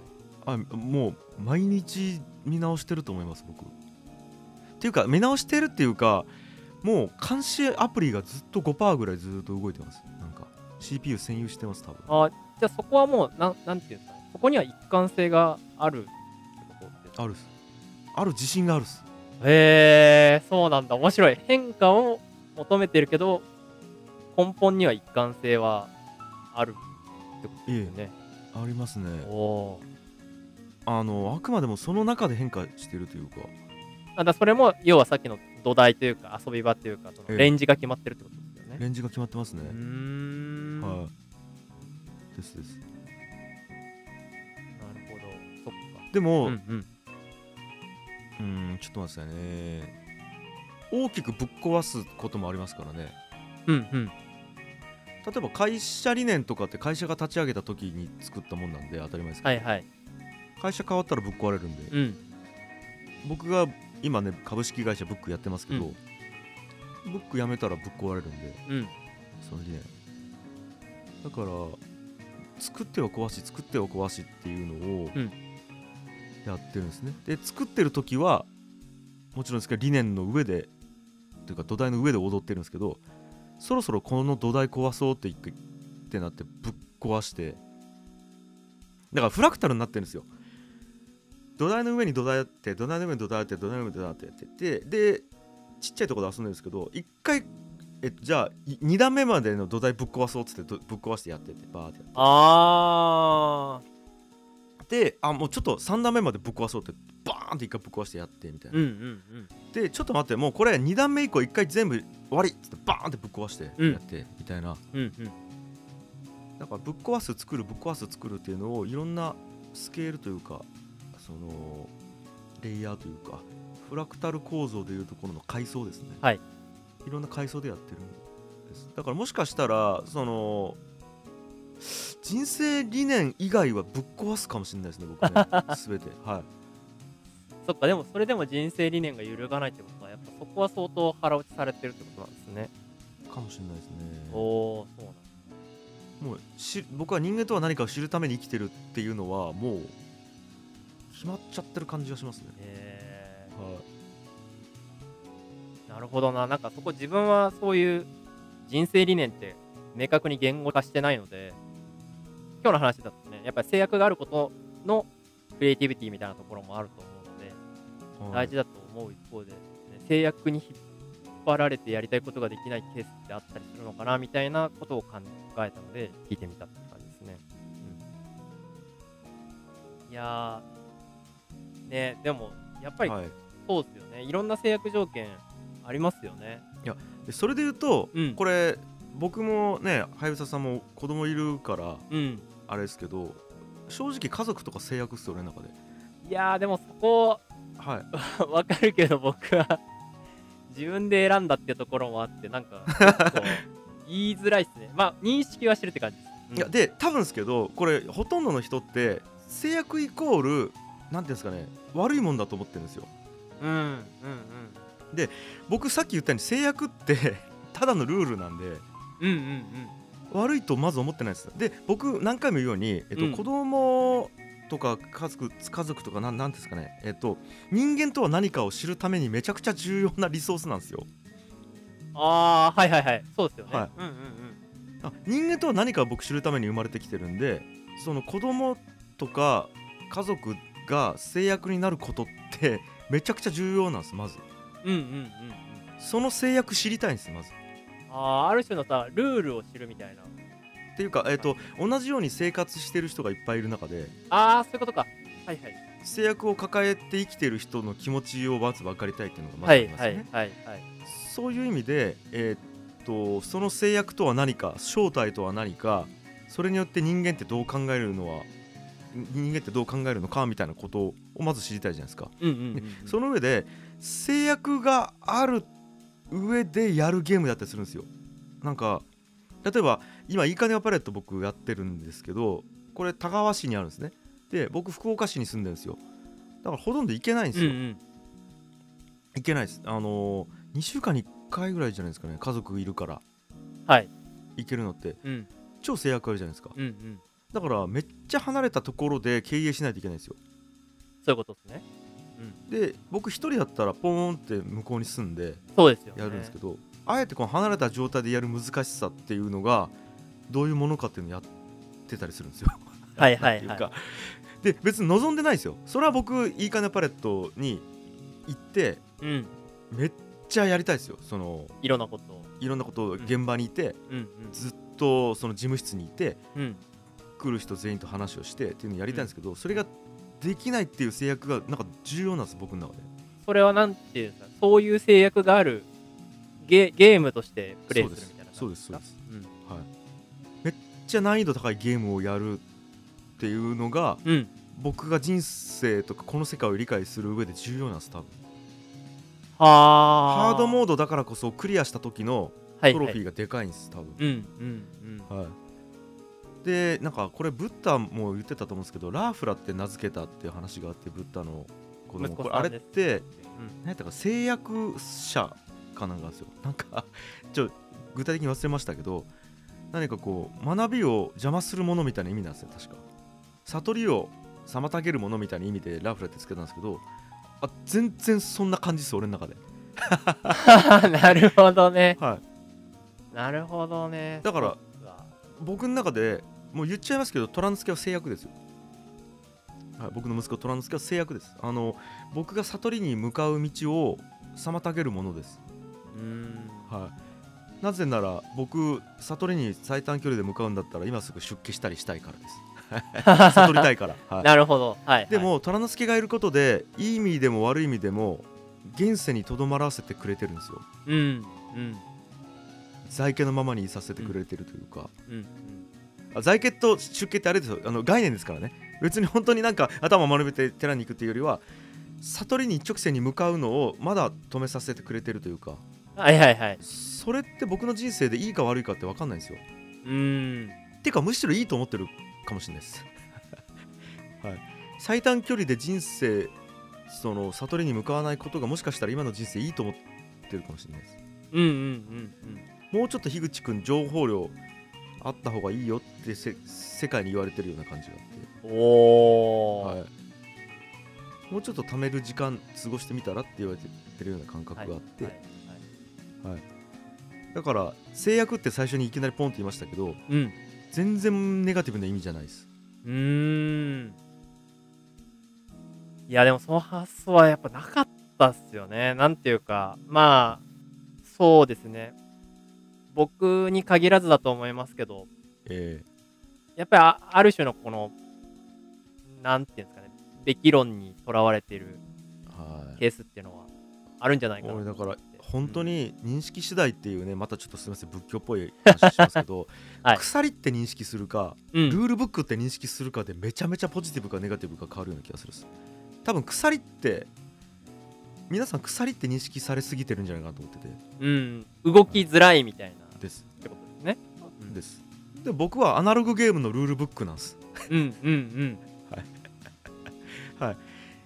[SPEAKER 1] かね
[SPEAKER 2] あもう毎日見直してると思います僕っていうか見直してるっていうかもう監視アプリがずっと5%ぐらいずっと動いてますなんか CPU 占有してます多分
[SPEAKER 1] あじゃあそこはもうなんなんていうんですかねそこには一貫性があるってことです
[SPEAKER 2] あるっすある自信があるっす
[SPEAKER 1] へえそうなんだ面白い変化を求めてるけど根本には一貫性はあるってことですよね、
[SPEAKER 2] ありますね
[SPEAKER 1] おおー
[SPEAKER 2] あのあくまでもその中で変化してるというか
[SPEAKER 1] あだからそれも要はさっきの土台というか遊び場というかそ
[SPEAKER 2] え
[SPEAKER 1] の
[SPEAKER 2] え
[SPEAKER 1] レンジが決まってるってことですよね、
[SPEAKER 2] レンジが決まってますね
[SPEAKER 1] うーん、
[SPEAKER 2] はいですです
[SPEAKER 1] なるほどそっ
[SPEAKER 2] で
[SPEAKER 1] か
[SPEAKER 2] も、
[SPEAKER 1] うんうん
[SPEAKER 2] うんちょっと待ってくださいね大きくぶっ壊すこともありますからね
[SPEAKER 1] うんうん
[SPEAKER 2] 例えば会社理念とかって会社が立ち上げた時に作ったもんなんで当たり前ですけ
[SPEAKER 1] は
[SPEAKER 2] ど、
[SPEAKER 1] いはい
[SPEAKER 2] 会社変わったらぶっ壊れるんで、
[SPEAKER 1] うん
[SPEAKER 2] 僕が今ね株式会社ブックやってますけど、
[SPEAKER 1] う
[SPEAKER 2] ブック辞めたらぶっ壊れるんで
[SPEAKER 1] うん
[SPEAKER 2] その理念だから作っては壊し作っては壊しっていうのを
[SPEAKER 1] うん
[SPEAKER 2] やってるんですね、で作ってる時はもちろんですけど理念の上でというか土台の上で踊ってるんですけどそろそろこの土台壊そうって一回ってなってぶっ壊してだからフラクタルになってるんですよ土台の上に土台あって土台の上に土台あって土台の上に土台あってやっててでちっちゃいところで遊んでるんですけど一回えっとじゃあ2段目までの土台ぶっ壊そうっつってどぶっ壊してやっててバーってや
[SPEAKER 1] あ
[SPEAKER 2] ってであもうちょっと3段目までぶっ壊そうってバーンって一回ぶっ壊してやってみたい
[SPEAKER 1] ー
[SPEAKER 2] な、
[SPEAKER 1] うんうん
[SPEAKER 2] でちょっと待ってもうこれ2段目以降一回全部終わりっつってバーンってぶっ壊して
[SPEAKER 1] うん
[SPEAKER 2] やって、みたいな
[SPEAKER 1] うんうんうん
[SPEAKER 2] だからぶっ壊す作るぶっ壊す作るっていうのをいろんなスケールというかそのレイヤーというかフラクタル構造でいうところの階層ですね
[SPEAKER 1] はい
[SPEAKER 2] いろんな階層でやってるんですだからもしかしたらその人生理念以外はぶっ壊すかもしれないですね僕ね全 てはい
[SPEAKER 1] そっかでもそれでも人生理念が揺るがないってことはやっぱそこは相当腹落ちされてるってことなんですね、
[SPEAKER 2] かもしれないですね
[SPEAKER 1] おおそうなんだ
[SPEAKER 2] もうし僕は人間とは何かを知るために生きてるっていうのはもう決まっちゃってる感じがしますね
[SPEAKER 1] え
[SPEAKER 2] はい
[SPEAKER 1] ー、なるほどななんかそこ自分はそういう人生理念って明確に言語化してないので今日の話だとねやっぱり制約があることのクリエイティビティみたいなところもあると思うので
[SPEAKER 2] はい
[SPEAKER 1] 大事だと思う一方で、ね制約に引っ張られてやりたいことができないケースってあったりするのかなみたいなことを考えたので聞いてみたって感じですね。うん、いやーねでもやっぱり
[SPEAKER 2] はい
[SPEAKER 1] そうですよね、い、ろんな制約条件ありますよね。
[SPEAKER 2] でそれで言うと、
[SPEAKER 1] うん
[SPEAKER 2] これ僕もねはやぶささんも子供いるから
[SPEAKER 1] うん、
[SPEAKER 2] あれですけど正直家族とか制約っすよ俺の中で
[SPEAKER 1] いやーでもそこ
[SPEAKER 2] はい
[SPEAKER 1] わかるけど僕は自分で選んだっていうところもあってなんか結 構言いづらいですね。まあ認識はしてるって感じです。うん
[SPEAKER 2] いやで多分ですけどこれほとんどの人って制約イコールなんていうんですかね悪いもんだと思ってるんですよ
[SPEAKER 1] うんうんうん
[SPEAKER 2] 僕さっき言ったように制約って ただのルールなんで
[SPEAKER 1] うんうんうん
[SPEAKER 2] 悪いとまず思ってないですで僕何回も言うように、えっと
[SPEAKER 1] うん
[SPEAKER 2] 子供とか家族家族とかなんなんていうんですかねえっと人間とは何かを知るためにめちゃくちゃ重要なリソースなんですよ
[SPEAKER 1] ああはいはいはいそうですよね、
[SPEAKER 2] はい
[SPEAKER 1] うんうん
[SPEAKER 2] あ人間とは何かを僕知るために生まれてきてるんでその子供とか家族が制約になることってめちゃくちゃ重要なんですまず
[SPEAKER 1] うんうんうんうんうん
[SPEAKER 2] その制約知りたいんですまず
[SPEAKER 1] あーある種のさルールを知るみたいな
[SPEAKER 2] っていうか、えっと同じように生活してる人がいっぱいいる中で
[SPEAKER 1] ああそういうことかはいはい
[SPEAKER 2] 制約を抱えて生きてる人の気持ちをまず分かりたいっていうのがまず
[SPEAKER 1] は
[SPEAKER 2] あり
[SPEAKER 1] い
[SPEAKER 2] ます
[SPEAKER 1] は
[SPEAKER 2] ね、
[SPEAKER 1] いはいはい
[SPEAKER 2] そういう意味で、えっとその制約とは何か正体とは何かそれによって人間ってどう考えるのは人間ってどう考えるのかみたいなことをまず知りたいじゃないですか
[SPEAKER 1] うんうんうんうん
[SPEAKER 2] その上で制約がある上でやるゲームだったりするんですよ。なんか例えば今いいかねはパレット僕やってるんですけどこれ田川市にあるんですね。で僕福岡市に住んでるんですよ。だからほとんど行けないんです
[SPEAKER 1] うん
[SPEAKER 2] よ。
[SPEAKER 1] うん
[SPEAKER 2] 行けないです。あのー、2週間に1回ぐらいじゃないですかね家族いるから
[SPEAKER 1] はい
[SPEAKER 2] 行けるのって
[SPEAKER 1] うん
[SPEAKER 2] 超制約あるじゃないですか。
[SPEAKER 1] うんうん
[SPEAKER 2] だからめっちゃ離れたところで経営しないといけないんですよ。
[SPEAKER 1] そういうことですね
[SPEAKER 2] で僕一人だったらポーンって向こうに住んで
[SPEAKER 1] そうですよね
[SPEAKER 2] やるんですけど、あえてこの離れた状態でやる難しさっていうのがどういうものかっていうのをやってたりするんですよ。
[SPEAKER 1] はいはいはい
[SPEAKER 2] なんていうかで別に望んでないですよ。それは僕いいかねパレットに行って
[SPEAKER 1] うん
[SPEAKER 2] めっちゃやりたいですよ。その
[SPEAKER 1] いろんなことを
[SPEAKER 2] いろんなことを現場にいて、
[SPEAKER 1] うんうん
[SPEAKER 2] ずっとその事務室にいて
[SPEAKER 1] うん
[SPEAKER 2] 来る人全員と話をしてっていうのをやりたいんですけど、それができないっていう制約がなんか重要なんです僕の中で。
[SPEAKER 1] それはなんていうんですかそういう制約があるゲゲームとしてプレイするみたいな
[SPEAKER 2] そ
[SPEAKER 1] 感
[SPEAKER 2] うで
[SPEAKER 1] じ
[SPEAKER 2] す
[SPEAKER 1] か
[SPEAKER 2] そうです。
[SPEAKER 1] うん
[SPEAKER 2] はい、めっちゃ難易度高いゲームをやるっていうのが
[SPEAKER 1] うん
[SPEAKER 2] 僕が人生とかこの世界を理解する上で重要なんです多分
[SPEAKER 1] はあ
[SPEAKER 2] ハードモードだからこそクリアした時の
[SPEAKER 1] はい
[SPEAKER 2] トロ
[SPEAKER 1] は
[SPEAKER 2] フ
[SPEAKER 1] い
[SPEAKER 2] ィーがでかいんです多分、
[SPEAKER 1] うんうんうん
[SPEAKER 2] はいでなんかこれブッダも言ってたと思うんですけどラーフラって名付けたっていう話があってブッダの子供
[SPEAKER 1] 息
[SPEAKER 2] こ
[SPEAKER 1] 子
[SPEAKER 2] れ
[SPEAKER 1] さ
[SPEAKER 2] あ
[SPEAKER 1] ん
[SPEAKER 2] れ
[SPEAKER 1] です
[SPEAKER 2] って
[SPEAKER 1] うん
[SPEAKER 2] 何やったか制約者かなんかなんですよなんか ちょ具体的に忘れましたけど何かこう学びを邪魔するものみたいな意味なんですよ確か悟りを妨げるものみたいな意味でラフラってつけたんですけどあ全然そんな感じです俺の中で、
[SPEAKER 1] なるほどね。
[SPEAKER 2] はい、
[SPEAKER 1] なるほどね。
[SPEAKER 2] だから
[SPEAKER 1] そうか
[SPEAKER 2] 僕の中でもう言っちゃいますけど虎之助は制約ですよはい、僕の息子トランスケは制約ですあの僕が悟りに向かう道を妨げるものです、
[SPEAKER 1] うーん
[SPEAKER 2] はい、なぜなら僕悟りに最短距離で向かうんだったら今すぐ出家したりしたいから です悟りたいから、はい、
[SPEAKER 1] なるほど。はい。
[SPEAKER 2] でも、虎之助がいることでいい意味でも悪い意味でも現世にとどまらせてくれてるんですよ
[SPEAKER 1] はい、うん、うん、
[SPEAKER 2] 在家のままにいさせてくれてるというか、
[SPEAKER 1] うん、
[SPEAKER 2] あ在家と出家ってあれですよあの概念ですからね別に本当になんか 頭丸めて寺に行くっていうよりは悟りに一直線に向かうのをまだ止めさせてくれてるというか
[SPEAKER 1] うん。はいはいはい。
[SPEAKER 2] それって僕の人生でいいか悪いかって分かんないんですよ
[SPEAKER 1] うーん。
[SPEAKER 2] てかむしろいいと思ってるかもしれな いです、はい、最短距離で人生その悟りに向かわないことがもしかしたら今の人生いいと思ってるかもしれないです
[SPEAKER 1] うんうんうん
[SPEAKER 2] もうちょっと樋口くん情報量あった方がいいよってせ世界に言われてるような感じがあっ
[SPEAKER 1] う
[SPEAKER 2] て
[SPEAKER 1] ん。おー。
[SPEAKER 2] はい、もうちょっと貯める時間過ごしてみたらって言われてるような感覚があって、
[SPEAKER 1] はいはい
[SPEAKER 2] だから制約って最初にいきなりポンって言いましたけど
[SPEAKER 1] うん。
[SPEAKER 2] 全然ネガティブな意味じゃないです
[SPEAKER 1] うーん。いや、でもその発想はやっぱなかったっすよね。なんていうか、まあ、そうですね。僕に限らずだと思いますけど、
[SPEAKER 2] え
[SPEAKER 1] やっぱりあある種のこの、なんていうんですかね、べき論にとらわれている
[SPEAKER 2] えはい
[SPEAKER 1] ケースっていうのはあるんじゃないかなと
[SPEAKER 2] 俺
[SPEAKER 1] 思
[SPEAKER 2] だ
[SPEAKER 1] って。
[SPEAKER 2] から本当
[SPEAKER 1] うん、
[SPEAKER 2] に認識次第っていうねまたちょっとすみません仏教っぽい話しますけど、
[SPEAKER 1] はい
[SPEAKER 2] 鎖って認識するか
[SPEAKER 1] うん
[SPEAKER 2] ルールブックって認識するかでめちゃめちゃポジティブかネガティブか変わるような気がするっす多分鎖って皆さん鎖って認識されすぎてるんじゃないかなと思ってて
[SPEAKER 1] うん、動きづらいみたいなっ
[SPEAKER 2] です
[SPEAKER 1] てことですね。うん
[SPEAKER 2] ですで僕はアナログゲームのルールブックなんです
[SPEAKER 1] うんうんうん。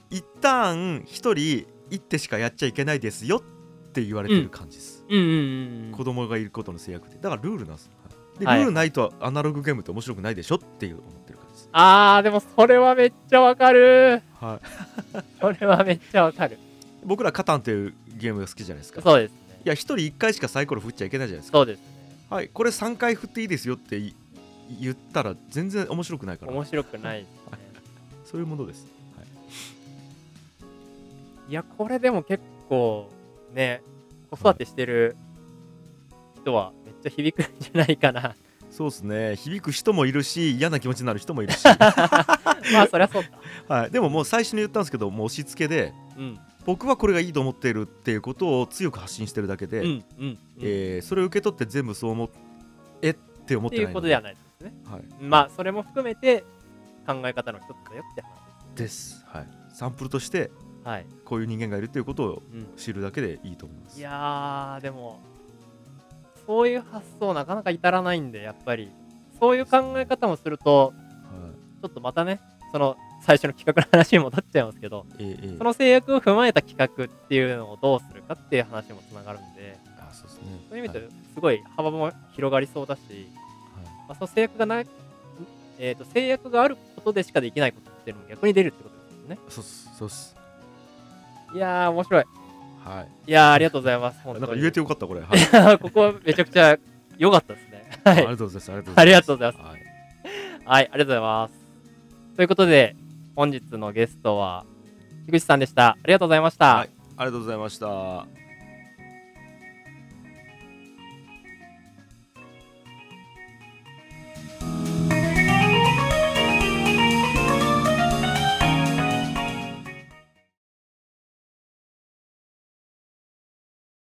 [SPEAKER 2] 一旦一人一手しかやっちゃいけないですよって言われてる感じです、
[SPEAKER 1] うんうんうん。
[SPEAKER 2] 子供がいることの制約でだからルールなんです、はいでル
[SPEAKER 1] はい
[SPEAKER 2] ールないとアナログゲームって面白くないでしょっていう思ってる感じです
[SPEAKER 1] あー、でもそれはめっちゃわかる。
[SPEAKER 2] はい
[SPEAKER 1] それはめっちゃわかる。
[SPEAKER 2] 僕らカタンっていうゲームが好きじゃないですかい
[SPEAKER 1] そうですね。
[SPEAKER 2] や一人一回しかサイコロ振っちゃいけないじゃないですか
[SPEAKER 1] そうですね。
[SPEAKER 2] はいこれ三回振っていいですよってい言ったら全然面白くないから
[SPEAKER 1] 面白くないですね。
[SPEAKER 2] そういうものですはい
[SPEAKER 1] いや、これでも結構ね、子育てしてる人はめっちゃ響くんじゃないか な。
[SPEAKER 2] そうですね響く人もいるし嫌な気持ちになる人もい るし
[SPEAKER 1] まあ、そりゃそうだ。
[SPEAKER 2] はい、でももう最初に言ったんですけどもう押し付けで
[SPEAKER 1] うん。
[SPEAKER 2] 僕はこれがいいと思っているっていうことを強く発信してるだけで、
[SPEAKER 1] うんうんうん。
[SPEAKER 2] えーそれを受け取って全部そう思えって思っ
[SPEAKER 1] って
[SPEAKER 2] て
[SPEAKER 1] い
[SPEAKER 2] ないう
[SPEAKER 1] こと
[SPEAKER 2] の
[SPEAKER 1] ではないですね。
[SPEAKER 2] はい、
[SPEAKER 1] まあ、それも含めて考え方の一つだよって話ですね。
[SPEAKER 2] です、はい、サンプルとして
[SPEAKER 1] はい。
[SPEAKER 2] こういう人間がいるっていうことを
[SPEAKER 1] うん。
[SPEAKER 2] 知るだけでいいと思います
[SPEAKER 1] いやー、でも、そういう発想なかなか至らないんで、やっぱり。そういう考え方もすると、
[SPEAKER 2] は
[SPEAKER 1] ちょっとまたね、その最初の企画の話に戻っちゃいますけど、
[SPEAKER 2] い、えーえー
[SPEAKER 1] その制約を踏まえた企画っていうのをどうするかっていう話にもつながるんで、
[SPEAKER 2] あそうですね
[SPEAKER 1] そういう意味
[SPEAKER 2] は
[SPEAKER 1] で、すごい幅も広がりそうだし、
[SPEAKER 2] いは
[SPEAKER 1] まあ、その制約がない、えーと、制約があることでしかできないことっていうのも逆に出るってことですよね。
[SPEAKER 2] いそうっすそうっす
[SPEAKER 1] いやー、面白い。
[SPEAKER 2] はい
[SPEAKER 1] いやー、ありがとうございます。本
[SPEAKER 2] な
[SPEAKER 1] 当
[SPEAKER 2] ん
[SPEAKER 1] に
[SPEAKER 2] か言えてよかったこれ、は い、
[SPEAKER 1] ここはめちゃくちゃ良かったですね。は
[SPEAKER 2] あり
[SPEAKER 1] い
[SPEAKER 2] が。とうございます、
[SPEAKER 1] ありがとうございます
[SPEAKER 2] はい、
[SPEAKER 1] はい、ありがとうございます。ということで、本日のゲストは、樋口さんでした。ありがとうございました。
[SPEAKER 2] はいありがとうございました